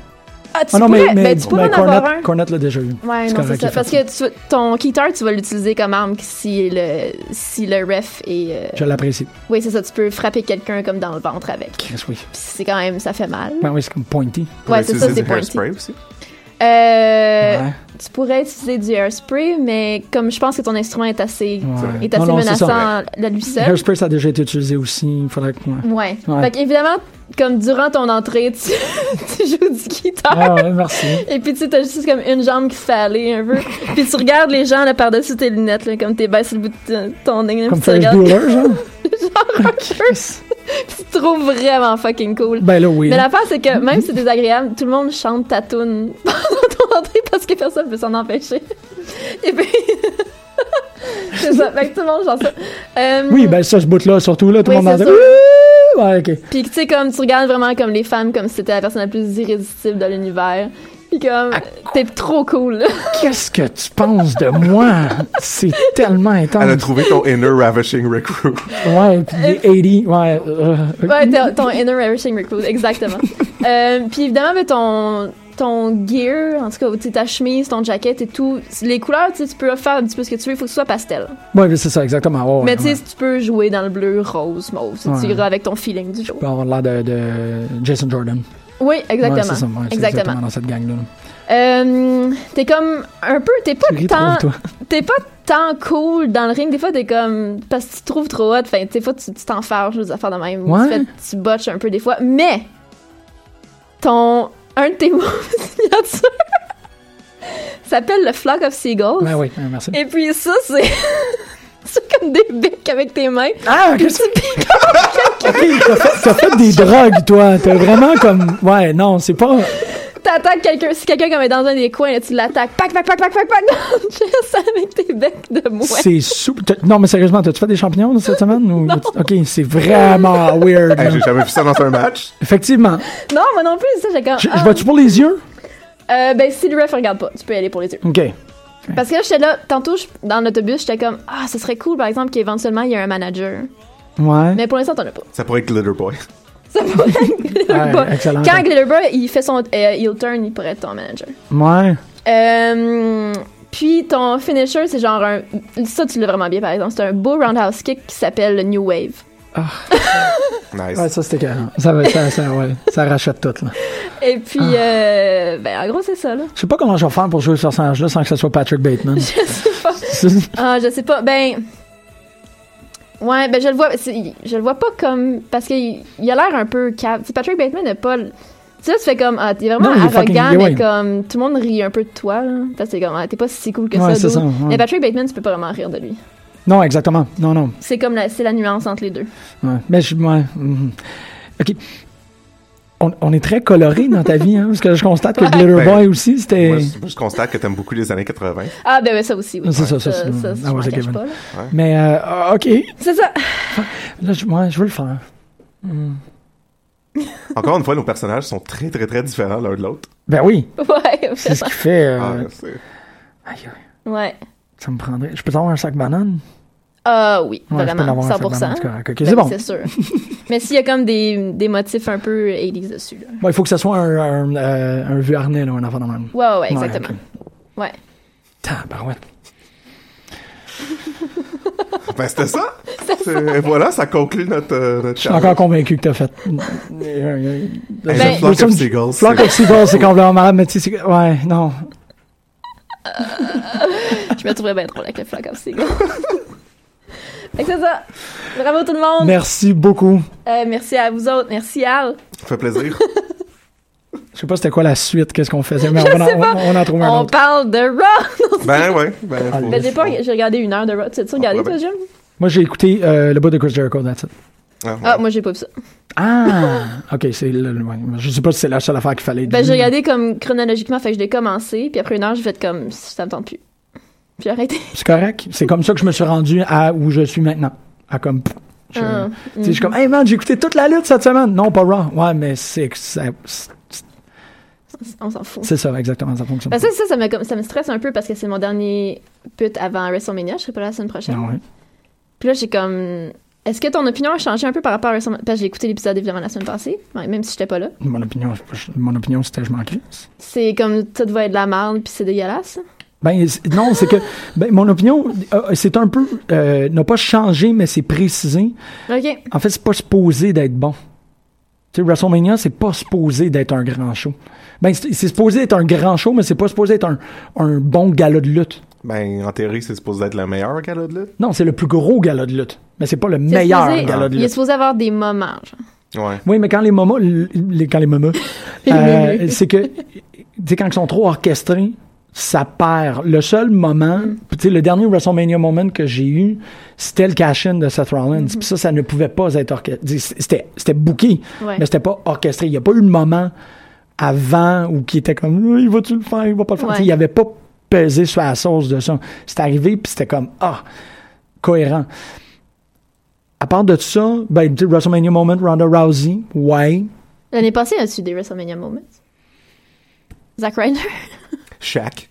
Speaker 8: Ah, tu
Speaker 9: Ah non,
Speaker 8: pourrais,
Speaker 9: mais, mais,
Speaker 8: ben, tu pourrais
Speaker 9: ben,
Speaker 8: en avoir
Speaker 9: Cornette-
Speaker 8: un.
Speaker 9: Cornette l'a déjà eu.
Speaker 8: Ouais, non, c'est ça. Parce que tu, ton guitar, tu vas l'utiliser comme arme si le, si le ref est. euh,
Speaker 9: Je l'apprécie.
Speaker 8: Oui, c'est ça. Tu peux frapper quelqu'un comme dans le ventre avec. Puis
Speaker 9: Yes, oui.
Speaker 8: c'est quand même. Ça fait mal.
Speaker 9: Ben oui, c'est comme pointy.
Speaker 8: Ouais, c'est ça, c'est pointy.
Speaker 6: Hairspray aussi.
Speaker 8: Euh,
Speaker 9: Ouais.
Speaker 8: Tu pourrais utiliser du hairspray, mais comme je pense que ton instrument est assez,
Speaker 9: Ouais.
Speaker 8: est assez
Speaker 9: Non, non, c'est ça.
Speaker 8: menaçant à lui seul.
Speaker 9: Hairspray, ça a déjà été utilisé aussi. Il faudrait que. ouais.
Speaker 8: Ouais.
Speaker 9: Ouais.
Speaker 8: Fait qu'évidemment, comme durant ton entrée, tu, tu joues du guitare.
Speaker 9: Ah ouais, merci.
Speaker 8: Et puis, tu sais, t'as juste comme une jambe qui se fait aller un peu. puis, tu regardes les gens là par-dessus tes lunettes, là, comme t'es baissé le bout de ton nez. là, puis
Speaker 9: Comme
Speaker 8: tu
Speaker 9: Ferris
Speaker 8: regardes
Speaker 9: Bueller, genre.
Speaker 8: genre un curse. puis, tu te trouves vraiment fucking cool.
Speaker 9: Ben là, oui.
Speaker 8: Mais l'affaire, c'est que même si c'est désagréable, tout le monde chante ta tune pendant ton entrée parce que personne ne peut s'en empêcher. Et puis. c'est ça. Fait que tout le monde chante ça. Euh,
Speaker 9: Oui, ben ça, ce bout-là, surtout, là, tout le
Speaker 8: Oui,
Speaker 9: monde en
Speaker 8: c'est
Speaker 9: dit. Ouh! Ouais, ok.
Speaker 8: Puis tu sais comme tu regardes vraiment comme les femmes comme si c'était la personne la plus irrésistible de l'univers. Puis comme t'es trop cool. là.
Speaker 9: Qu'est-ce que tu penses de moi? C'est tellement
Speaker 6: Elle a
Speaker 9: intense.
Speaker 6: trouvé ton inner ravishing recruit.
Speaker 9: Ouais, puis les 80, ouais. euh,
Speaker 8: ouais, t'es- ton inner ravishing recruit exactement. euh, puis évidemment mais ton ton gear, en tout cas, tu sais, ta chemise, ton jacket et tout, les couleurs, tu sais, tu peux faire un petit peu ce que tu veux, il faut que ce soit pastel.
Speaker 9: Ouais, mais c'est ça, exactement. Ouais,
Speaker 8: mais
Speaker 9: ouais,
Speaker 8: tu sais,
Speaker 9: ouais.
Speaker 8: si tu peux jouer dans le bleu, rose, mauve, si tu
Speaker 9: Ouais.
Speaker 8: iras avec ton feeling du jour.
Speaker 9: Puis avoir l'air de, de Jason Jordan.
Speaker 8: Oui, exactement.
Speaker 9: Ouais, c'est ça, ouais, c'est
Speaker 8: exactement.
Speaker 9: exactement dans cette gang-là.
Speaker 8: Euh, t'es comme un peu, t'es pas
Speaker 9: Tu ris
Speaker 8: tant,
Speaker 9: trop, toi.
Speaker 8: t'es pas tant cool dans le ring. Des fois, t'es comme parce que tu te trouves trop hot. Enfin, des fois, tu tu t'enfermes des affaires de même.
Speaker 9: Ouais.
Speaker 8: Tu, fais- tu botches un peu des fois, mais ton un de tes mots signature s'appelle le flock of seagulls.
Speaker 9: Ben oui, ouais, merci.
Speaker 8: Et puis ça, c'est c'est comme des becs avec tes mains.
Speaker 9: Ah,
Speaker 8: Puis
Speaker 9: qu'est-ce
Speaker 8: tu piques
Speaker 9: que t'as fait? T'as fait des drogues, toi. T'as vraiment comme. Ouais, non, c'est pas.
Speaker 8: T'attaques quelqu'un, si quelqu'un comme est dans un des coins, là, tu l'attaques, pac, pac, pac, pac, pac, pac, dans le chest avec tes becs de mouette.
Speaker 9: C'est souple. T'as- Non, mais sérieusement, t'as-tu fait des champignons là, cette semaine? ou- Ok, c'est vraiment weird.
Speaker 6: Hey,
Speaker 9: là.
Speaker 6: J'ai jamais vu ça dans un match.
Speaker 9: Effectivement.
Speaker 8: Non, moi non plus, ça, j'ai comme.
Speaker 9: Je, je
Speaker 8: ah.
Speaker 9: vois-tu pour les yeux?
Speaker 8: Euh, ben, si le ref regarde pas, tu peux y aller pour les yeux.
Speaker 9: Ok.
Speaker 8: Parce que là, j'étais là, tantôt, je- dans l'autobus, j'étais comme, ah, ce serait cool, par exemple, qu'éventuellement, il y ait un manager.
Speaker 9: Ouais.
Speaker 8: Mais pour l'instant, t'en as pas.
Speaker 6: Ça pourrait être Glitter Boy.
Speaker 8: Ça pourrait être Glitterboy.
Speaker 9: excellent.
Speaker 8: Quand Glitterboy, il fait son euh, heel turn, il pourrait être ton manager.
Speaker 9: Ouais.
Speaker 8: Euh, puis ton finisher, c'est genre un. Ça, tu l'as vraiment bien, par exemple. C'est un beau roundhouse kick qui s'appelle le New Wave.
Speaker 6: Nice.
Speaker 9: Ouais, ça c'était carré. Ça, va- ça, ça, ouais. ça rachète tout. Là.
Speaker 8: Et puis, euh, ben, en gros, c'est ça, là.
Speaker 9: Je sais pas comment je vais faire pour jouer ce personnage-là sans que ce soit Patrick Bateman.
Speaker 8: Je sais pas.
Speaker 9: C'est-
Speaker 8: Ah, je sais pas. Ben. Ouais, ben, je le vois. c'est- Je le vois pas comme. Parce qu'il il a l'air un peu cave. Tu sais, Patrick Bateman n'a pas. le- Tu sais, là, tu fais comme. Ah, t'es vraiment
Speaker 9: Non, il est fucking
Speaker 8: arrogant, mais
Speaker 9: gay, ouais.
Speaker 8: comme. Tout le monde rit un peu de toi, là. Parce que t'es comme. Ah, t'es pas si cool que ça,
Speaker 9: Ouais, c'est
Speaker 8: dude.
Speaker 9: ça, ouais.
Speaker 8: Mais Patrick Bateman, tu peux pas vraiment rire de lui.
Speaker 9: Non, exactement. Non, non.
Speaker 8: C'est comme la, c'est la nuance entre les deux.
Speaker 9: Ouais. Mais je. Ouais. mhm. OK. On, on est très coloré dans ta vie, hein, parce que je constate que
Speaker 8: Ouais.
Speaker 9: Glitter
Speaker 6: Ben,
Speaker 9: Boy aussi, c'était.
Speaker 6: Moi, je, moi, je constate que t'aimes beaucoup les années 80.
Speaker 8: Ah, ben, ouais, ça aussi, oui.
Speaker 9: C'est ça, ça, c'est-
Speaker 8: ça,
Speaker 9: ah,
Speaker 8: je
Speaker 9: ouais,
Speaker 8: m'en
Speaker 9: c'est
Speaker 8: cache
Speaker 9: Kevin.
Speaker 8: pas, là.
Speaker 9: Mais, euh, OK.
Speaker 8: C'est ça.
Speaker 9: Là, je, ouais, je veux le faire. Hmm.
Speaker 6: Encore une fois, nos personnages sont très, très, très différents l'un de l'autre.
Speaker 9: Ben oui,
Speaker 8: Ouais,
Speaker 9: c'est ce
Speaker 8: vraiment.
Speaker 9: qui fait. euh,
Speaker 6: Ah, c'est-
Speaker 9: aïe, aïe,
Speaker 8: Ouais.
Speaker 9: ça me prendrait. Je peux avoir un sac banane?
Speaker 8: Ah oui,
Speaker 9: Ouais, je peux en
Speaker 8: vraiment,
Speaker 9: avoir un
Speaker 8: 100%.
Speaker 9: sac banane, c'est correct. Ok,
Speaker 8: Ben
Speaker 9: c'est
Speaker 8: oui,
Speaker 9: bon.
Speaker 8: C'est sûr. Mais s'il y a comme des, des motifs un peu 80s dessus, là.
Speaker 9: Bon, il faut que ce soit un, un, euh, un vieux harnais, là, un enfant de même.
Speaker 8: Ouais, ouais, ouais, exactement. Ouais.
Speaker 9: Tabarouette.
Speaker 6: Ben, c'était ça. C'est- voilà, ça conclut notre, euh, notre
Speaker 9: Je suis encore convaincu que t'as fait. Mm, Euh, euh,
Speaker 6: Hey,
Speaker 9: ça-
Speaker 8: Ben-
Speaker 6: Flock of
Speaker 9: comme-
Speaker 6: Seagulls,
Speaker 9: Flock
Speaker 6: c'est-
Speaker 9: of Seagulls, c'est complètement malade, mais tu sais, c'est- ouais, non.
Speaker 8: Je me trouverais bien drôle avec le flag of Seagull. Fait que c'est ça. Bravo tout le monde.
Speaker 9: Merci beaucoup.
Speaker 8: Euh, merci à vous autres. Merci Al.
Speaker 6: Ça fait plaisir.
Speaker 9: Je sais pas c'était quoi la suite, qu'est-ce qu'on faisait, mais on, en-
Speaker 8: sais pas.
Speaker 9: on, on en trouve un
Speaker 8: On
Speaker 9: autre.
Speaker 8: parle de Raw.
Speaker 6: ben, ouais. Ben,
Speaker 9: Ah,
Speaker 6: faut-
Speaker 8: Ben, j'ai pas, j'ai regardé une heure de Raw. Tu as regardé,
Speaker 6: Ah, ben.
Speaker 8: toi, Jim?
Speaker 9: Moi, j'ai écouté euh, le bout de Chris Jericho, that's it.
Speaker 6: Ah, ouais.
Speaker 8: Ah, moi, j'ai pas vu ça.
Speaker 9: Ah! OK, c'est le, le- ouais. Je sais pas si c'est la seule affaire qu'il fallait
Speaker 8: Ben,
Speaker 9: dire.
Speaker 8: j'ai regardé comme chronologiquement, fait que je l'ai commencé, puis après une heure, j'ai fait comme ça me tente plus. Puis j'ai arrêté.
Speaker 9: C'est correct. C'est comme ça que je me suis rendu à où je suis maintenant. À comme... Je,
Speaker 8: Ah,
Speaker 9: tu sais, je suis comme, hey man, j'ai écouté toute la lutte cette semaine. Non, pas Raw. Ouais, mais c'est... C'est
Speaker 8: On s'en fout.
Speaker 9: c'est ça, exactement, ça fonctionne.
Speaker 8: Ben, ça, ça, ça me, comme- ça me stresse un peu parce que c'est mon dernier put avant WrestleMania. Je serai pas là la semaine prochaine.
Speaker 9: Non, Ah, ouais.
Speaker 8: Puis là, j'ai comme. Est-ce que ton opinion a changé un peu par rapport à WrestleMania? Parce que j'ai écouté l'épisode évidemment la semaine passée, ouais, même si j'étais pas là.
Speaker 9: Mon opinion, je- mon opinion c'était je m'en crisse.
Speaker 8: C'est comme tout va être de la merde, puis c'est dégueulasse.
Speaker 9: Ben, c'est- non, c'est que ben, mon opinion, euh, c'est un peu, euh, n'a pas changé, mais c'est précisé.
Speaker 8: Ok.
Speaker 9: En fait, c'est pas supposé d'être bon. Tu sais, WrestleMania, c'est pas supposé d'être un grand show. Ben, c'est c'est supposé être un grand show, mais c'est pas supposé être un, un bon gala de lutte.
Speaker 6: Ben, en théorie, c'est supposé être le meilleur gala de lutte.
Speaker 9: Non, c'est le plus gros gala de lutte, mais c'est pas le
Speaker 8: C'est
Speaker 9: meilleur
Speaker 8: supposé-
Speaker 9: gala de
Speaker 8: Il est
Speaker 9: lutte.
Speaker 8: supposé avoir des moments, genre.
Speaker 6: Ouais.
Speaker 9: Oui, mais quand les moments, les, quand les moments, euh, c'est que, tu sais, quand ils sont trop orchestrés, ça perd. Le seul moment, tu sais, le dernier WrestleMania moment que j'ai eu, c'était le cash-in de Seth Rollins. Puis ça, ça ne pouvait pas être orchestré. C'était, c'était booké,
Speaker 8: Ouais.
Speaker 9: mais c'était pas orchestré. Il n'y a pas eu de moment avant où qui était comme, Ah, il va-tu le faire, il va pas le faire.
Speaker 8: Ouais.
Speaker 9: Tu sais, Il n'y avait pas pesé sur la sauce de ça. C'est arrivé, puis c'était comme, ah, cohérent. À part de ça, ben, tu sais, WrestleMania Moment, Ronda Rousey, ouais.
Speaker 8: L'année passée, as-tu des WrestleMania moments? Zack Ryder?
Speaker 6: Shaq,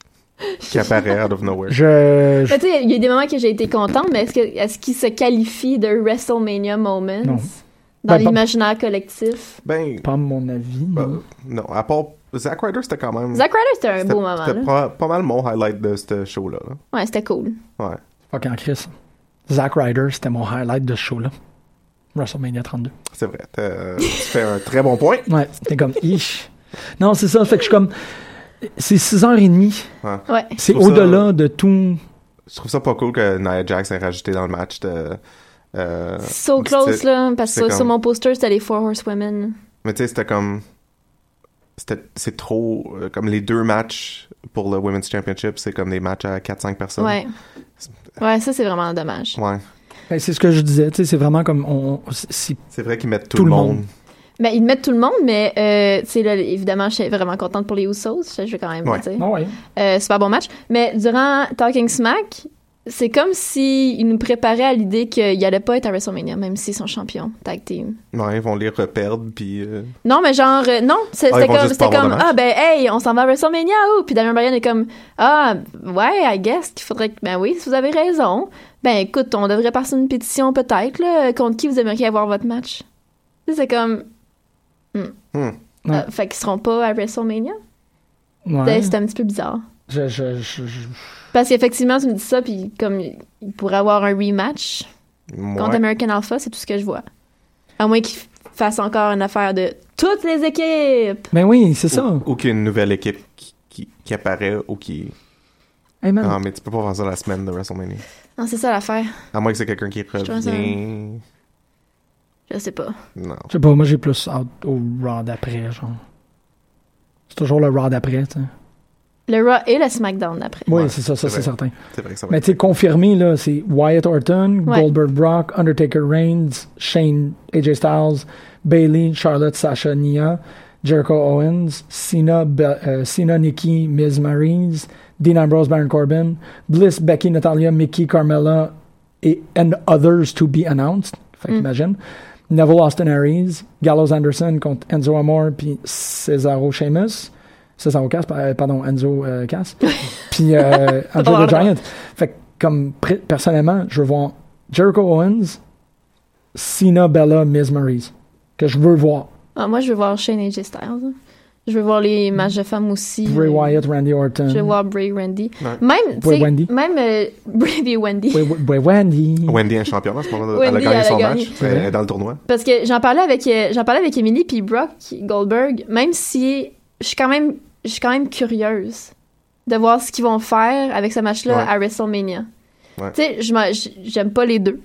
Speaker 6: qui apparaît out of nowhere.
Speaker 9: Je. je-
Speaker 8: Ben, tu sais, il y a des moments que j'ai été contente, mais est-ce que est-ce qu'il se qualifie de WrestleMania moments
Speaker 9: Non.
Speaker 8: dans
Speaker 9: Ben, pas-
Speaker 8: l'imaginaire collectif?
Speaker 6: Ben,
Speaker 9: Pas mon avis.
Speaker 6: ben,
Speaker 9: non.
Speaker 6: non, à part... Zack Ryder, c'était quand même...
Speaker 8: Zack Ryder, c'était un
Speaker 6: c'était-
Speaker 8: beau moment.
Speaker 6: C'était
Speaker 8: là.
Speaker 6: pas, pas mal mon highlight de ce show-là. là.
Speaker 8: Ouais, c'était cool.
Speaker 6: Ouais.
Speaker 9: Fucking Chris. Zack Ryder, c'était mon highlight de ce show-là. WrestleMania 32.
Speaker 6: C'est vrai. T'as- euh, tu fais un très bon point.
Speaker 9: Ouais, c'était comme. Ich. Non, c'est ça. Fait que je suis comme. C'est 6h30.
Speaker 8: Ouais.
Speaker 9: C'est
Speaker 6: Pour ça-
Speaker 9: au-delà de tout.
Speaker 6: Je trouve ça pas cool que Nia Jax ait rajouté dans le match de... euh,
Speaker 8: So
Speaker 6: du
Speaker 8: close,
Speaker 6: titre.
Speaker 8: là, parce que
Speaker 6: c'est
Speaker 8: sur-
Speaker 6: comme-
Speaker 8: sur mon poster, c'était les Four Horsewomen.
Speaker 6: Mais tu sais, c'était comme... c'était- C'est trop... euh, Comme les deux matchs pour le Women's Championship, c'est comme des matchs à 4-5 personnes.
Speaker 8: Ouais. Ouais, ça, c'est vraiment dommage.
Speaker 6: Ouais.
Speaker 9: Ben, c'est ce que je disais. Tu sais, c'est vraiment comme. On, c'est-
Speaker 6: C'est vrai qu'ils mettent tout,
Speaker 9: Tout
Speaker 6: le
Speaker 9: le
Speaker 6: monde.
Speaker 8: Ben, ils mettent tout le monde, mais, euh, tu sais, là, évidemment, je suis vraiment contente pour les Usos. Je je vais quand même,
Speaker 6: Ouais.
Speaker 8: tu sais.
Speaker 9: Ah ouais.
Speaker 8: Euh, super bon match. Mais durant Talking Smack, c'est comme s'ils nous préparaient à l'idée qu'il allait pas être à WrestleMania, même s'ils sont champions tag team.
Speaker 6: Ouais, ils vont les reperdre, puis... euh,
Speaker 8: Non, mais genre, euh, non, c'est-
Speaker 6: Ah,
Speaker 8: c'était
Speaker 6: ils vont
Speaker 8: comme,
Speaker 6: juste pas
Speaker 8: c'était
Speaker 6: avoir de match.
Speaker 8: comme, ah ben hey, on s'en va à WrestleMania, oh! Puis Daniel Bryan est comme, ah ouais, I guess qu'il faudrait que, ben oui, si vous avez raison, ben écoute, on devrait passer une pétition peut-être, là, contre qui vous aimeriez avoir votre match. Tu sais, C'est comme, hmm.
Speaker 6: Hmm.
Speaker 8: Euh,
Speaker 9: Ouais.
Speaker 8: fait qu'ils seront pas à WrestleMania. Ben,
Speaker 9: Ouais.
Speaker 8: C'est un petit peu bizarre.
Speaker 9: Je- je- je- je-
Speaker 8: Parce qu'effectivement, tu me dis ça, puis comme il pourrait avoir un rematch contre
Speaker 6: ouais.
Speaker 8: American Alpha, c'est tout ce que je vois. À moins qu'il fasse encore une affaire de toutes les équipes.
Speaker 9: Ben oui, c'est ça.
Speaker 6: Ou, ou qu'il y ait une nouvelle équipe qui, qui, qui apparaît ou qui...
Speaker 9: Hey, man.
Speaker 8: Ah.
Speaker 6: Non, mais tu peux pas faire ça la semaine de WrestleMania.
Speaker 8: Non, c'est ça l'affaire.
Speaker 6: À moins que c'est quelqu'un qui
Speaker 8: trouve ça-
Speaker 6: revient...
Speaker 8: Je sais pas.
Speaker 6: Non.
Speaker 9: Je sais pas, moi j'ai plus hâte au Raw d'après, genre. C'est toujours le Raw d'après, tu sais.
Speaker 8: Le Raw et le SmackDown après.
Speaker 9: Oui,
Speaker 6: Ouais,
Speaker 9: c'est ça, ça
Speaker 6: c'est
Speaker 9: c'est
Speaker 6: vrai.
Speaker 9: certain.
Speaker 6: C'est vrai que ça va
Speaker 9: Mais
Speaker 6: être-
Speaker 9: tu sais, confirmé, là, c'est Wyatt Orton,
Speaker 8: Ouais.
Speaker 9: Goldberg Brock, Undertaker Reigns, Shane, AJ Styles, Bailey, Charlotte, Sasha, Nia, Jericho Owens, Cena, Be- euh, Cena Nikki, Miz Maryse, Dean Ambrose, Baron Corbin, Bliss, Becky, Natalia, Mickey, Carmella, et and others to be announced. Fait
Speaker 8: Mm.
Speaker 9: qu'imagine. Neville Austin Aries, Gallows Anderson contre Enzo Amore, puis Cesaro Sheamus. Cesaro Cass, pa- euh, pardon, Enzo euh, Cass. puis euh, Andre the Giant. Fait que, comme, pr- personnellement, je veux voir Jericho Owens, Cena Bella, Miz Maurice. Que je veux voir.
Speaker 8: Ah, moi, je veux voir Shane AJ Styles. hein. Je veux voir les matchs de femmes aussi.
Speaker 9: Mm. Bray Wyatt, Randy Orton.
Speaker 8: Je veux voir Bray Randy.
Speaker 6: Ouais.
Speaker 8: Même, tu
Speaker 9: Bray
Speaker 8: sais,
Speaker 9: Wendy.
Speaker 8: même euh, Bray et Wendy.
Speaker 9: Bray- Bray Wendy.
Speaker 6: Wendy est championne à ce moment-là. Elle a
Speaker 8: Wendy,
Speaker 6: gagné
Speaker 8: elle a
Speaker 6: son
Speaker 8: gagné.
Speaker 6: match euh, dans le tournoi.
Speaker 8: Parce que j'en parlais avec euh, j'en parlais avec Emily puis Brock Goldberg, même si je suis quand même je suis quand même curieuse de voir ce qu'ils vont faire avec ce match-là
Speaker 6: Ouais.
Speaker 8: à WrestleMania.
Speaker 6: Ouais.
Speaker 8: Tu sais, je m'en- j- j'aime pas les deux.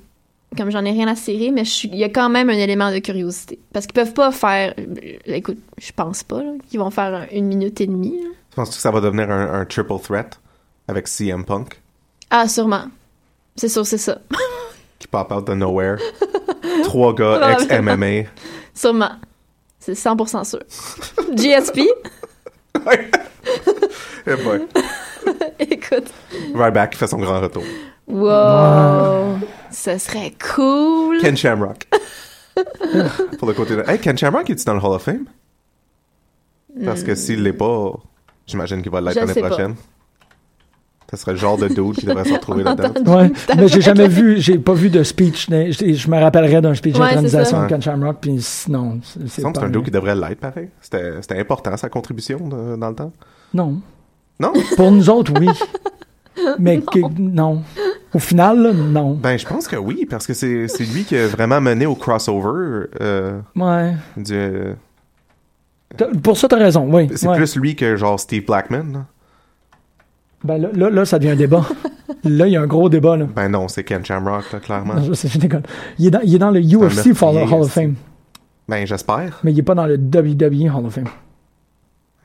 Speaker 8: Comme j'en ai rien à cirer, mais je suis- il y a quand même un élément de curiosité. Parce qu'ils peuvent pas faire. euh, Écoute, je pense pas là, qu'ils vont faire un- une minute et demie. là.
Speaker 6: Je pense que ça va devenir un, un triple threat avec CM Punk
Speaker 8: Ah, sûrement. C'est sûr, c'est ça.
Speaker 6: qui pop out de nowhere. Trois gars ex-MMA.
Speaker 8: Sûrement. C'est 100% sûr. GSP,
Speaker 6: Eh boy.
Speaker 8: écoute.
Speaker 6: Ryback fait son grand retour.
Speaker 8: Wow! Ce serait cool!
Speaker 6: Ken Shamrock. Pour le côté de... Hey, Ken Shamrock, est-tu dans le Hall of Fame? Parce que s'il l'est pas, j'imagine qu'il va l'être
Speaker 8: Hmm. Je
Speaker 6: l'année
Speaker 8: sais pas.
Speaker 6: prochaine. Ça serait le genre de dude qui devrait se retrouver là-dedans.
Speaker 9: Ouais, mais j'ai
Speaker 8: avec
Speaker 9: jamais vu, j'ai pas vu de speech. mais Je je me rappellerais d'un speech
Speaker 8: Ouais, c'est
Speaker 9: d'intronisation
Speaker 8: ça.
Speaker 9: de Ken Shamrock, puis sinon, c'est-
Speaker 6: Il
Speaker 9: c'est
Speaker 6: me semble que C'est
Speaker 9: pas-
Speaker 6: un dude qui devrait l'être, pareil. C'était c'était important, sa contribution de- dans le temps.
Speaker 9: Non.
Speaker 6: Non?
Speaker 9: Pour nous autres, oui. Mais que- non. Au final, là, non.
Speaker 6: Ben, je pense que oui, parce que c'est c'est lui qui a vraiment mené au crossover euh,
Speaker 9: Ouais.
Speaker 6: du... euh,
Speaker 9: T'as- Pour ça, t'as raison, oui.
Speaker 6: C'est
Speaker 9: ouais.
Speaker 6: plus lui que genre Steve Blackman. là.
Speaker 9: Ben là, là, là, ça devient un débat. là, il y a un gros débat, là.
Speaker 6: Ben non, c'est Ken Shamrock, là, clairement.
Speaker 9: Non, je, sais, je déconne. Il est dans, il est dans le UFC
Speaker 6: meurtrier,
Speaker 9: Fall- Hall of
Speaker 6: c'est-
Speaker 9: Fame,
Speaker 6: Ben j'espère.
Speaker 9: mais il est pas dans le WWE Hall of Fame.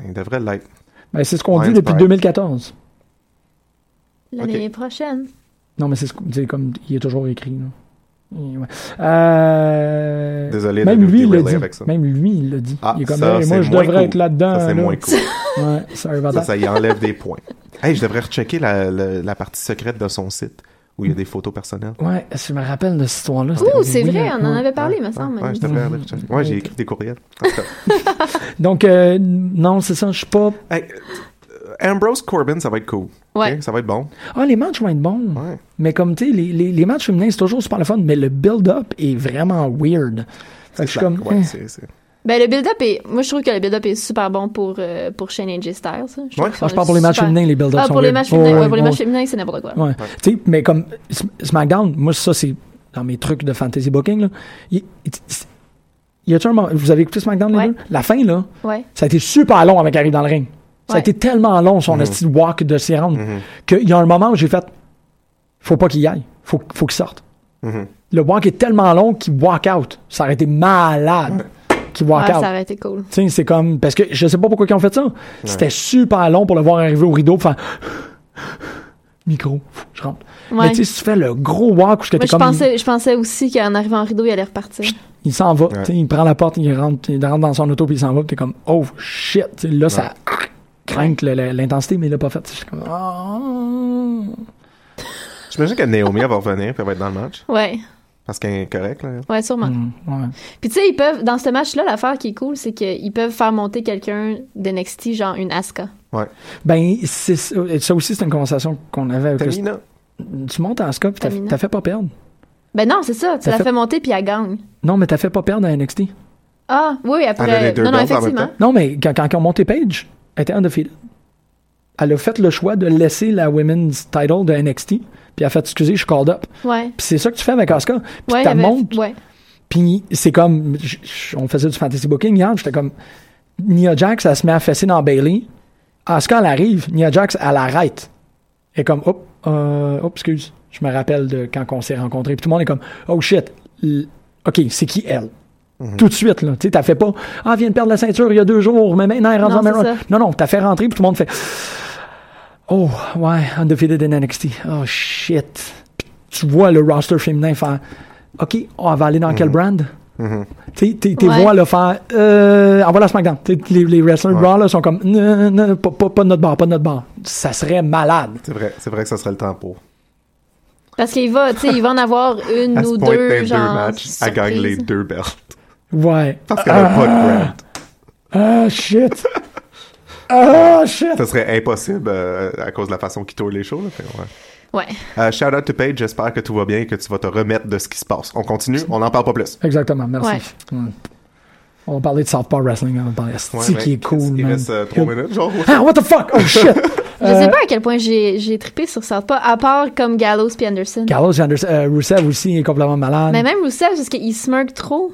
Speaker 6: Il devrait l'être.
Speaker 9: Ben, c'est ce qu'on
Speaker 6: Ouais,
Speaker 9: dit
Speaker 6: c'est
Speaker 9: depuis
Speaker 6: pareil.
Speaker 9: 2014.
Speaker 8: L'année prochaine.
Speaker 9: Non, mais c'est ce qu'on- c'est comme il est toujours écrit. là. Et ouais. Euh,
Speaker 6: Désolé de
Speaker 9: même
Speaker 6: nous
Speaker 9: lui, il l'a
Speaker 6: derailler
Speaker 9: dit.
Speaker 6: avec ça.
Speaker 9: Même lui, il l'a dit.
Speaker 6: Ah,
Speaker 9: il est comme,
Speaker 6: ça,
Speaker 9: hey,
Speaker 6: c'est
Speaker 9: moi, je
Speaker 6: moins
Speaker 9: devrais
Speaker 6: cool.
Speaker 9: être là-dedans.
Speaker 6: Ça, c'est
Speaker 9: là.
Speaker 6: moins cool.
Speaker 9: Ouais, sorry about
Speaker 6: ça,
Speaker 9: that.
Speaker 6: ça y enlève des points. Hey, je devrais rechecker la, la- la partie secrète de son site où il y a des photos personnelles.
Speaker 9: Ouais, je me rappelle de cette histoire-là.
Speaker 8: Ouh,
Speaker 9: c'était
Speaker 8: c'est
Speaker 9: weird,
Speaker 8: vrai, on en
Speaker 9: ouais.
Speaker 8: avait parlé, me
Speaker 6: Ouais,
Speaker 8: semble.
Speaker 6: ouais, je devrais aller rechecker. Ouais, j'ai écrit des courriels. En tout cas.
Speaker 9: Donc, euh, non, c'est ça, je suis pas.
Speaker 6: Hey, euh, Ambrose Corbin, ça va être cool.
Speaker 8: Ouais.
Speaker 6: Ok, Ça va être bon.
Speaker 9: Ah, les matchs vont être bons.
Speaker 6: Ouais.
Speaker 9: Mais comme, tu sais, les, les, les matchs féminins, c'est toujours super le fun, mais le build-up est vraiment weird. Fait que je suis
Speaker 6: Black,
Speaker 9: comme.
Speaker 6: ouais,
Speaker 9: eh.
Speaker 6: c'est- c'est-
Speaker 8: Ben, le build-up est. Moi, je trouve que le build-up est super bon pour, euh, pour Shane AJ Styles. hein. Je, trouve
Speaker 6: Ouais.
Speaker 8: qu'ils
Speaker 9: Ah,
Speaker 8: font
Speaker 9: je parle pour les
Speaker 8: super-
Speaker 9: matchs féminins, les build-ups
Speaker 8: Ah,
Speaker 9: sont
Speaker 8: pour les
Speaker 9: weird.
Speaker 8: matchs
Speaker 9: Ouais,
Speaker 8: féminins, ouais,
Speaker 9: ouais,
Speaker 8: pour les
Speaker 9: ouais.
Speaker 8: matchs féminins, c'est n'importe quoi.
Speaker 9: Ouais. Tu sais, mais comme Sm- SmackDown, moi, ça, c'est dans mes trucs de fantasy booking, là. Il, il- il y a un moment- Vous avez écouté SmackDown, les
Speaker 8: Ouais.
Speaker 9: deux? La fin, là,
Speaker 8: Ouais.
Speaker 9: ça a été super long avant qu'elle arrive dans le ring. Ça a
Speaker 8: Ouais.
Speaker 9: été tellement long, son esti de walk de s'y rendre, qu'il y a un moment où j'ai fait faut pas qu'il y aille, faut, faut qu'il sorte. Le walk est tellement long qu'il walk out. Ça aurait été malade qu'il
Speaker 8: Mm. Ouais,
Speaker 9: walk
Speaker 8: Ah, ça
Speaker 9: out.
Speaker 8: aurait été cool.
Speaker 9: Tu sais, c'est comme. Parce que je sais pas pourquoi ils ont fait ça. C'était super long pour le voir arriver au rideau, faire. Micro, Pff, je rentre.
Speaker 8: Ouais.
Speaker 9: Mais tu sais, si tu fais le gros walk, où ce que
Speaker 8: Moi,
Speaker 9: t'es
Speaker 8: je
Speaker 9: comme.
Speaker 8: pensais, je pensais aussi qu'en arrivant en rideau, il allait repartir.
Speaker 9: Il s'en va, tu sais, il prend la porte, il rentre, il rentre dans son auto, puis il s'en va, puis t'es comme, oh shit, Tu sais, là, ça craint l'intensité, mais il l'a pas fait. Je suis comme, Ah.
Speaker 6: Je J'imagine que Naomi elle va revenir puis elle va être dans le match.
Speaker 8: Ouais.
Speaker 6: Parce qu'elle est correcte, là.
Speaker 8: Ouais, sûrement.
Speaker 9: Mm.
Speaker 8: Puis tu sais, ils peuvent, dans ce match-là, l'affaire qui est cool, c'est qu'ils peuvent faire monter quelqu'un d'NXT, genre une Asuka.
Speaker 6: Ouais.
Speaker 9: Ben, c'est, ça aussi, c'est une conversation qu'on avait avec
Speaker 6: Tamina.
Speaker 9: le- Tu montes à Asuka, puis t'as,
Speaker 8: Tamina.
Speaker 9: t'as fait pas perdre.
Speaker 8: Ben non, c'est ça. Tu
Speaker 9: Ça
Speaker 8: la
Speaker 9: fait-
Speaker 8: fais monter, puis elle gagne.
Speaker 9: Non, mais t'as fait pas perdre à NXT.
Speaker 8: Ah, oui, oui, après.
Speaker 6: Elle a les deux
Speaker 8: non, non,
Speaker 6: belts en même
Speaker 8: effectivement.
Speaker 6: temps.
Speaker 9: Non, mais quand, quand ils ont monté Page, elle était undefeated. Elle a fait le choix de laisser la women's title de NXT, puis elle a fait excusez, je suis called up.
Speaker 8: Ouais.
Speaker 9: Puis c'est ça que tu fais avec Asuka. Puis
Speaker 8: Ouais,
Speaker 9: t'as
Speaker 8: il y avait-
Speaker 9: monte,
Speaker 8: ouais.
Speaker 9: puis c'est comme j- j- on faisait du fantasy booking hier, j'étais comme Nia Jax, elle se met à fesser dans Bailey. Asuka, elle arrive, Nia Jax, elle arrête. Et comme hop, euh, hop, excuse, je me rappelle de quand on s'est rencontrés. Puis tout le monde est comme oh shit, l- ok, c'est qui elle? Tout de suite, là. Tu sais, t'as fait pas, ah, elle vient de perdre la ceinture il y a deux jours, mais maintenant elle rentre
Speaker 8: Non,
Speaker 9: dans
Speaker 8: c'est
Speaker 9: Maron.
Speaker 8: ça.
Speaker 9: Non, non, t'as fait rentrer, puis tout le monde fait, oh, ouais, undefeated in NXT. Oh shit. Puis tu vois le roster féminin faire, ok, oh, elle va aller dans quel brand? Tu sais, t'es t'es
Speaker 8: Ouais.
Speaker 9: voix le faire, euh, envoie la SmackDown. Tu sais, les, les wrestlers Raw, là, sont comme, non, non, pas, pas, pas de notre bar, pas de notre bar. Ça serait malade.
Speaker 6: C'est vrai, c'est vrai que ça serait le temps pour.
Speaker 8: Parce qu'il va, tu sais, il va en avoir une
Speaker 6: À ce
Speaker 8: ou
Speaker 6: point,
Speaker 8: deux.
Speaker 6: t'as deux
Speaker 8: genre,
Speaker 6: matchs, elle gagne les
Speaker 8: surprises.
Speaker 6: deux belts.
Speaker 9: Ouais.
Speaker 6: Parce qu'elle a pas de brand.
Speaker 9: Ah, shit. Ah, shit.
Speaker 6: Ça serait impossible euh, à cause de la façon qu'ils tournent les shows. Là, fait, ouais.
Speaker 8: Ouais.
Speaker 6: Euh, shout out to Paige, j'espère que tout va bien et que tu vas te remettre de ce qui se passe. On continue, on n'en parle pas plus.
Speaker 9: Exactement, merci. Ouais. On va parler de Southpaw Wrestling, hein, on va parler de
Speaker 6: Ouais,
Speaker 9: C'est
Speaker 6: ouais,
Speaker 9: qui est cool,
Speaker 6: Il
Speaker 9: man.
Speaker 6: reste euh, trois minutes, genre.
Speaker 9: Ah, what the fuck? Oh shit!
Speaker 8: Je sais pas à quel point j'ai j'ai trippé sur ça, pas à part comme Gallows puis Anderson.
Speaker 9: Carlos Anderson, euh, Rusev aussi est complètement malade. Hein?
Speaker 8: Mais même Rousseff, parce qu'il smirk trop.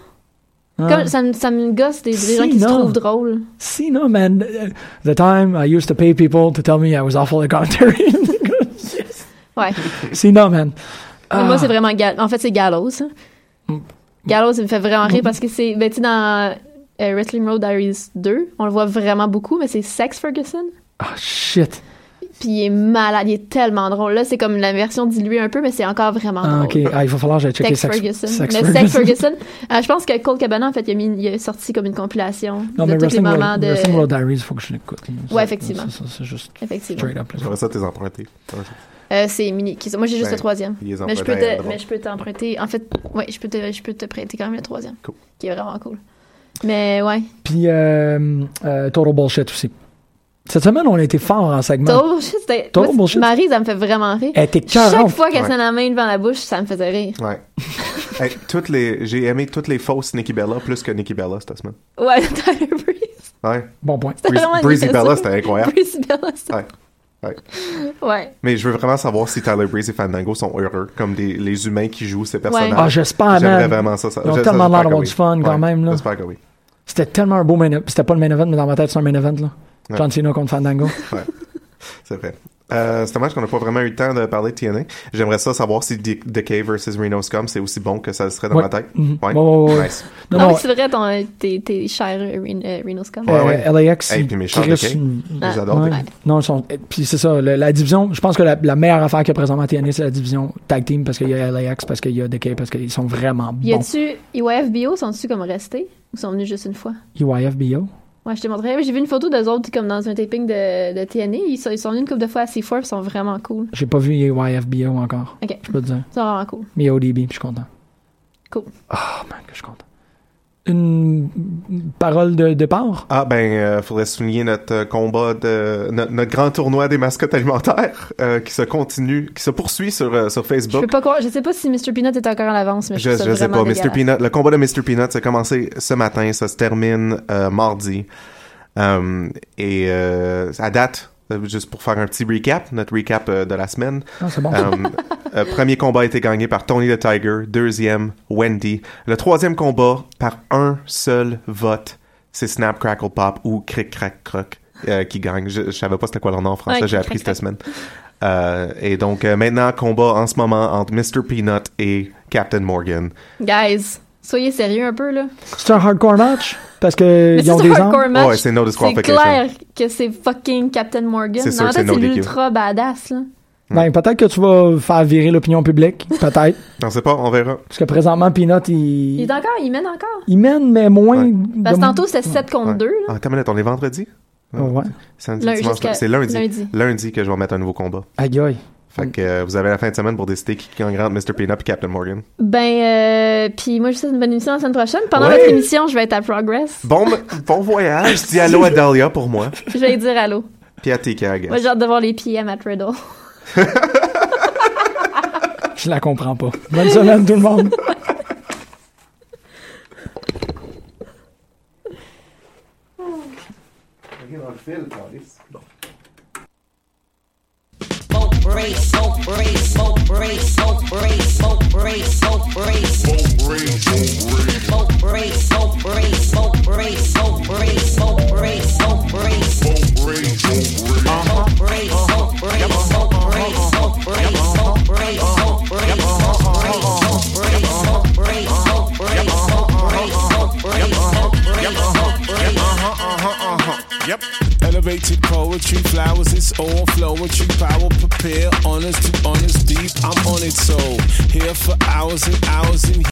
Speaker 9: Ah.
Speaker 8: Comme, ça, me, ça me gosse des, des
Speaker 9: Si,
Speaker 8: gens qui se
Speaker 9: non.
Speaker 8: trouvent drôles.
Speaker 9: See, no, man. uh, The time I used to pay people to tell me I was awful at commentary.
Speaker 8: Ouais.
Speaker 9: See, no, man.
Speaker 8: Mais Ah,
Speaker 9: Ah.
Speaker 8: Moi, c'est vraiment. Gal- en fait, c'est Gallows. hein.
Speaker 9: Mm.
Speaker 8: Gallows, il me fait vraiment rire parce que c'est. Ben, tu sais, dans euh, Wrestling Road Diaries 2, on le voit vraiment beaucoup, mais c'est Sex Ferguson.
Speaker 9: Ah, shit.
Speaker 8: Puis il est malade, il est tellement drôle. Là, c'est comme la version diluée un peu, mais c'est encore vraiment drôle.
Speaker 9: Ah, ok. Ah, il va falloir que j'aille checker
Speaker 8: Sex
Speaker 9: Sex
Speaker 8: Ferguson.
Speaker 9: Sex
Speaker 8: mais Sex Ferguson, euh, je pense que Cole Cabana, en fait, il a, mis- il a sorti comme une compilation
Speaker 9: Non,
Speaker 8: de
Speaker 9: mais
Speaker 8: tous les
Speaker 9: Wrestling World,
Speaker 8: moments de.
Speaker 9: Wrestling World Diaries, faut que je l'écoute. Ça,
Speaker 8: Ouais, effectivement.
Speaker 9: ça, ça, C'est juste
Speaker 8: Effectivement.
Speaker 9: straight up. là.
Speaker 6: J'aimerais ça t'es emprunté.
Speaker 8: Euh, c'est mini. qui- Moi, j'ai juste
Speaker 6: Ben,
Speaker 8: le troisième.
Speaker 6: ils les
Speaker 8: Mais je peux
Speaker 6: empruntent à
Speaker 8: te,
Speaker 6: Andrew.
Speaker 8: mais je peux t'emprunter. En fait, ouais, je peux te, je peux te prêter quand même le troisième.
Speaker 6: Cool.
Speaker 8: Qui est vraiment cool. Mais ouais.
Speaker 9: Puis, euh, euh, Total Bullshit aussi. Cette semaine, on a été fort en segment.
Speaker 8: Total bullshit, c'était.
Speaker 9: Total
Speaker 8: moi, c'est-
Speaker 9: bullshit.
Speaker 8: Marie, ça me fait vraiment rire.
Speaker 9: Elle était
Speaker 8: Chaque
Speaker 9: 40.
Speaker 8: fois qu'elle
Speaker 6: Ouais.
Speaker 8: se met la main devant la bouche, ça me faisait rire.
Speaker 6: Ouais. Hey, toutes les, j'ai aimé toutes les fausses Nikki Bella plus que Nikki Bella cette semaine.
Speaker 8: Ouais, Tyler Breeze.
Speaker 6: Ouais.
Speaker 9: Bon point.
Speaker 8: C'était
Speaker 6: Breeze-
Speaker 8: vraiment
Speaker 6: Breezy Bella,
Speaker 8: dégueulasse.
Speaker 6: c'était incroyable.
Speaker 8: Breezy Bella, c'était-
Speaker 6: Ouais. Ouais.
Speaker 8: Ouais.
Speaker 6: Mais je veux vraiment savoir si Tyler Breeze et Fandango sont heureux, comme des, les humains qui jouent ces personnages.
Speaker 9: Ah, j'espère,
Speaker 6: J'aimerais
Speaker 9: man.
Speaker 6: vraiment ça. ça
Speaker 9: Ils ont
Speaker 6: je- ça,
Speaker 9: tellement
Speaker 6: j'espère
Speaker 9: l'air
Speaker 6: que
Speaker 9: d'avoir
Speaker 6: oui.
Speaker 9: du fun quand
Speaker 6: Ouais,
Speaker 9: même, là.
Speaker 6: J'espère que oui.
Speaker 9: C'était tellement un beau main event. C'était pas le main event, mais dans ma tête, c'est un main event, là.
Speaker 6: Ouais.
Speaker 9: John Cena contre Fandango.
Speaker 6: Ouais. C'est vrai. Euh, c'est dommage qu'on n'a pas vraiment eu le temps de parler de TNA. J'aimerais ça savoir si D- DK versus Reno Scum, c'est aussi bon que ça le serait dans
Speaker 9: Ouais.
Speaker 6: ma tête.
Speaker 9: Mhm.
Speaker 6: Ouais.
Speaker 9: Ouais, ouais, ouais.
Speaker 6: Nice.
Speaker 9: Non,
Speaker 8: Non,
Speaker 9: non,
Speaker 8: mais c'est vrai, ton, t'es, t'es cher euh, Ren- euh, Reno Scum.
Speaker 6: Ouais,
Speaker 9: euh,
Speaker 6: ouais.
Speaker 9: LAX.
Speaker 6: Hey,
Speaker 9: ils
Speaker 6: puis mes chars de
Speaker 9: crissent
Speaker 6: Kay.
Speaker 9: une-
Speaker 6: Je
Speaker 8: Ah,
Speaker 6: les adore.
Speaker 9: Ouais.
Speaker 6: DK.
Speaker 9: Non, ils sont. et Puis c'est ça, le- la division. Je pense que la, la meilleure affaire qu'il y a présentement à TNA, c'est la division tag team parce qu'il y a LAX, parce qu'il y a DK, parce qu'ils sont vraiment
Speaker 8: Y
Speaker 9: bons.
Speaker 8: a-tu. YFBO, sont-tu comme restés ou sont venus juste une fois?
Speaker 9: EYFBO.
Speaker 8: Ouais, je te montrerai. J'ai vu une photo d'eux autres comme dans un taping de, de TNA. Ils sont, ils sont venus une couple de fois à C4 ils sont vraiment cool.
Speaker 9: J'ai pas vu EYFBO encore.
Speaker 8: Ok,
Speaker 9: Je peux te dire.
Speaker 8: ils sont vraiment cool.
Speaker 9: Mais ODB, puis je suis content.
Speaker 8: Cool.
Speaker 9: Oh man, que je suis content. Une une parole de départ?
Speaker 6: Ah ben, euh, faudrait souligner notre euh, combat de notre, notre grand tournoi des mascottes alimentaires euh, qui se continue, qui se poursuit sur euh, sur
Speaker 8: Je peux
Speaker 6: Facebook.
Speaker 8: pas croire- Je sais pas si Mr. Peanut est encore en avance, mais je,
Speaker 6: Je,
Speaker 8: trouve ça
Speaker 6: je sais
Speaker 8: vraiment
Speaker 6: pas, Mr.
Speaker 8: dégueulasse.
Speaker 6: Peanut, le combat de Mr. Peanut s'est commencé ce matin, ça se termine euh, mardi. Euh, et euh, à date, euh, juste pour faire un petit recap, notre recap euh, de la semaine,
Speaker 9: Ah, c'est bon.
Speaker 6: Euh, euh, premier combat a été gagné par Tony the Tiger, deuxième Wendy, le troisième combat par un seul vote, c'est Snap Crackle Pop ou Cric Crac Croc euh, qui gagne. Je, je savais pas c'était quoi leur nom en français,
Speaker 8: Ouais,
Speaker 6: j'ai
Speaker 8: Cric,
Speaker 6: appris
Speaker 8: Crac,
Speaker 6: cette semaine. Euh, et donc euh, maintenant combat en ce moment entre Mr Peanut et Captain Morgan.
Speaker 8: Guys, soyez sérieux un peu, là.
Speaker 9: C'est un hardcore match? Parce que
Speaker 8: Mais
Speaker 9: ils
Speaker 8: c'est
Speaker 9: ont
Speaker 8: un
Speaker 9: des
Speaker 8: hardcore
Speaker 9: armes.
Speaker 8: match.
Speaker 6: Ouais, c'est no disqualification.
Speaker 8: clair que c'est fucking Captain Morgan.
Speaker 6: C'est
Speaker 8: Mais
Speaker 6: sûr
Speaker 8: en
Speaker 6: que
Speaker 8: fait,
Speaker 6: c'est no
Speaker 8: c'est
Speaker 6: DQ.
Speaker 8: l'ultra badass, là.
Speaker 9: Ben, peut-être que tu vas faire virer l'opinion publique. Peut-être.
Speaker 6: On sait pas, on verra.
Speaker 9: Parce que présentement, Peanut, il.
Speaker 8: Il est encore, il mène encore.
Speaker 9: Il mène, mais moins.
Speaker 6: Ouais.
Speaker 9: de-
Speaker 8: Parce que tantôt, c'était 7 contre
Speaker 6: Ouais.
Speaker 8: 2, là.
Speaker 6: Ah, attends une minute, on est vendredi?
Speaker 9: Ouais.
Speaker 6: Samedi,
Speaker 8: Lundi
Speaker 6: dimanche,
Speaker 8: jusqu'à-
Speaker 6: c'est lundi.
Speaker 8: lundi.
Speaker 6: lundi. que je vais mettre un nouveau combat.
Speaker 9: Aïe, aïe.
Speaker 2: Fait que euh, vous avez la fin de semaine pour décider qui gagnera entre Mr. Peanut et Captain Morgan.
Speaker 8: Ben, euh, puis moi, je vous souhaite une bonne émission la semaine prochaine. Pendant
Speaker 2: Ouais.
Speaker 8: votre émission, je vais être à Progress.
Speaker 2: Bon, bon voyage. Dis allô à Dahlia pour moi.
Speaker 8: Je vais dire allô.
Speaker 2: Puis à TK, I guess.
Speaker 8: Moi, j'ai hâte de voir les pieds à Matt Riddle.
Speaker 9: Je la comprends pas. Bonne semaine, tout le monde.
Speaker 10: Yep. Elevated poetry, flowers, it's all flowetry, power, prepare, honors to honors deep. I'm on it, so here for hours and hours and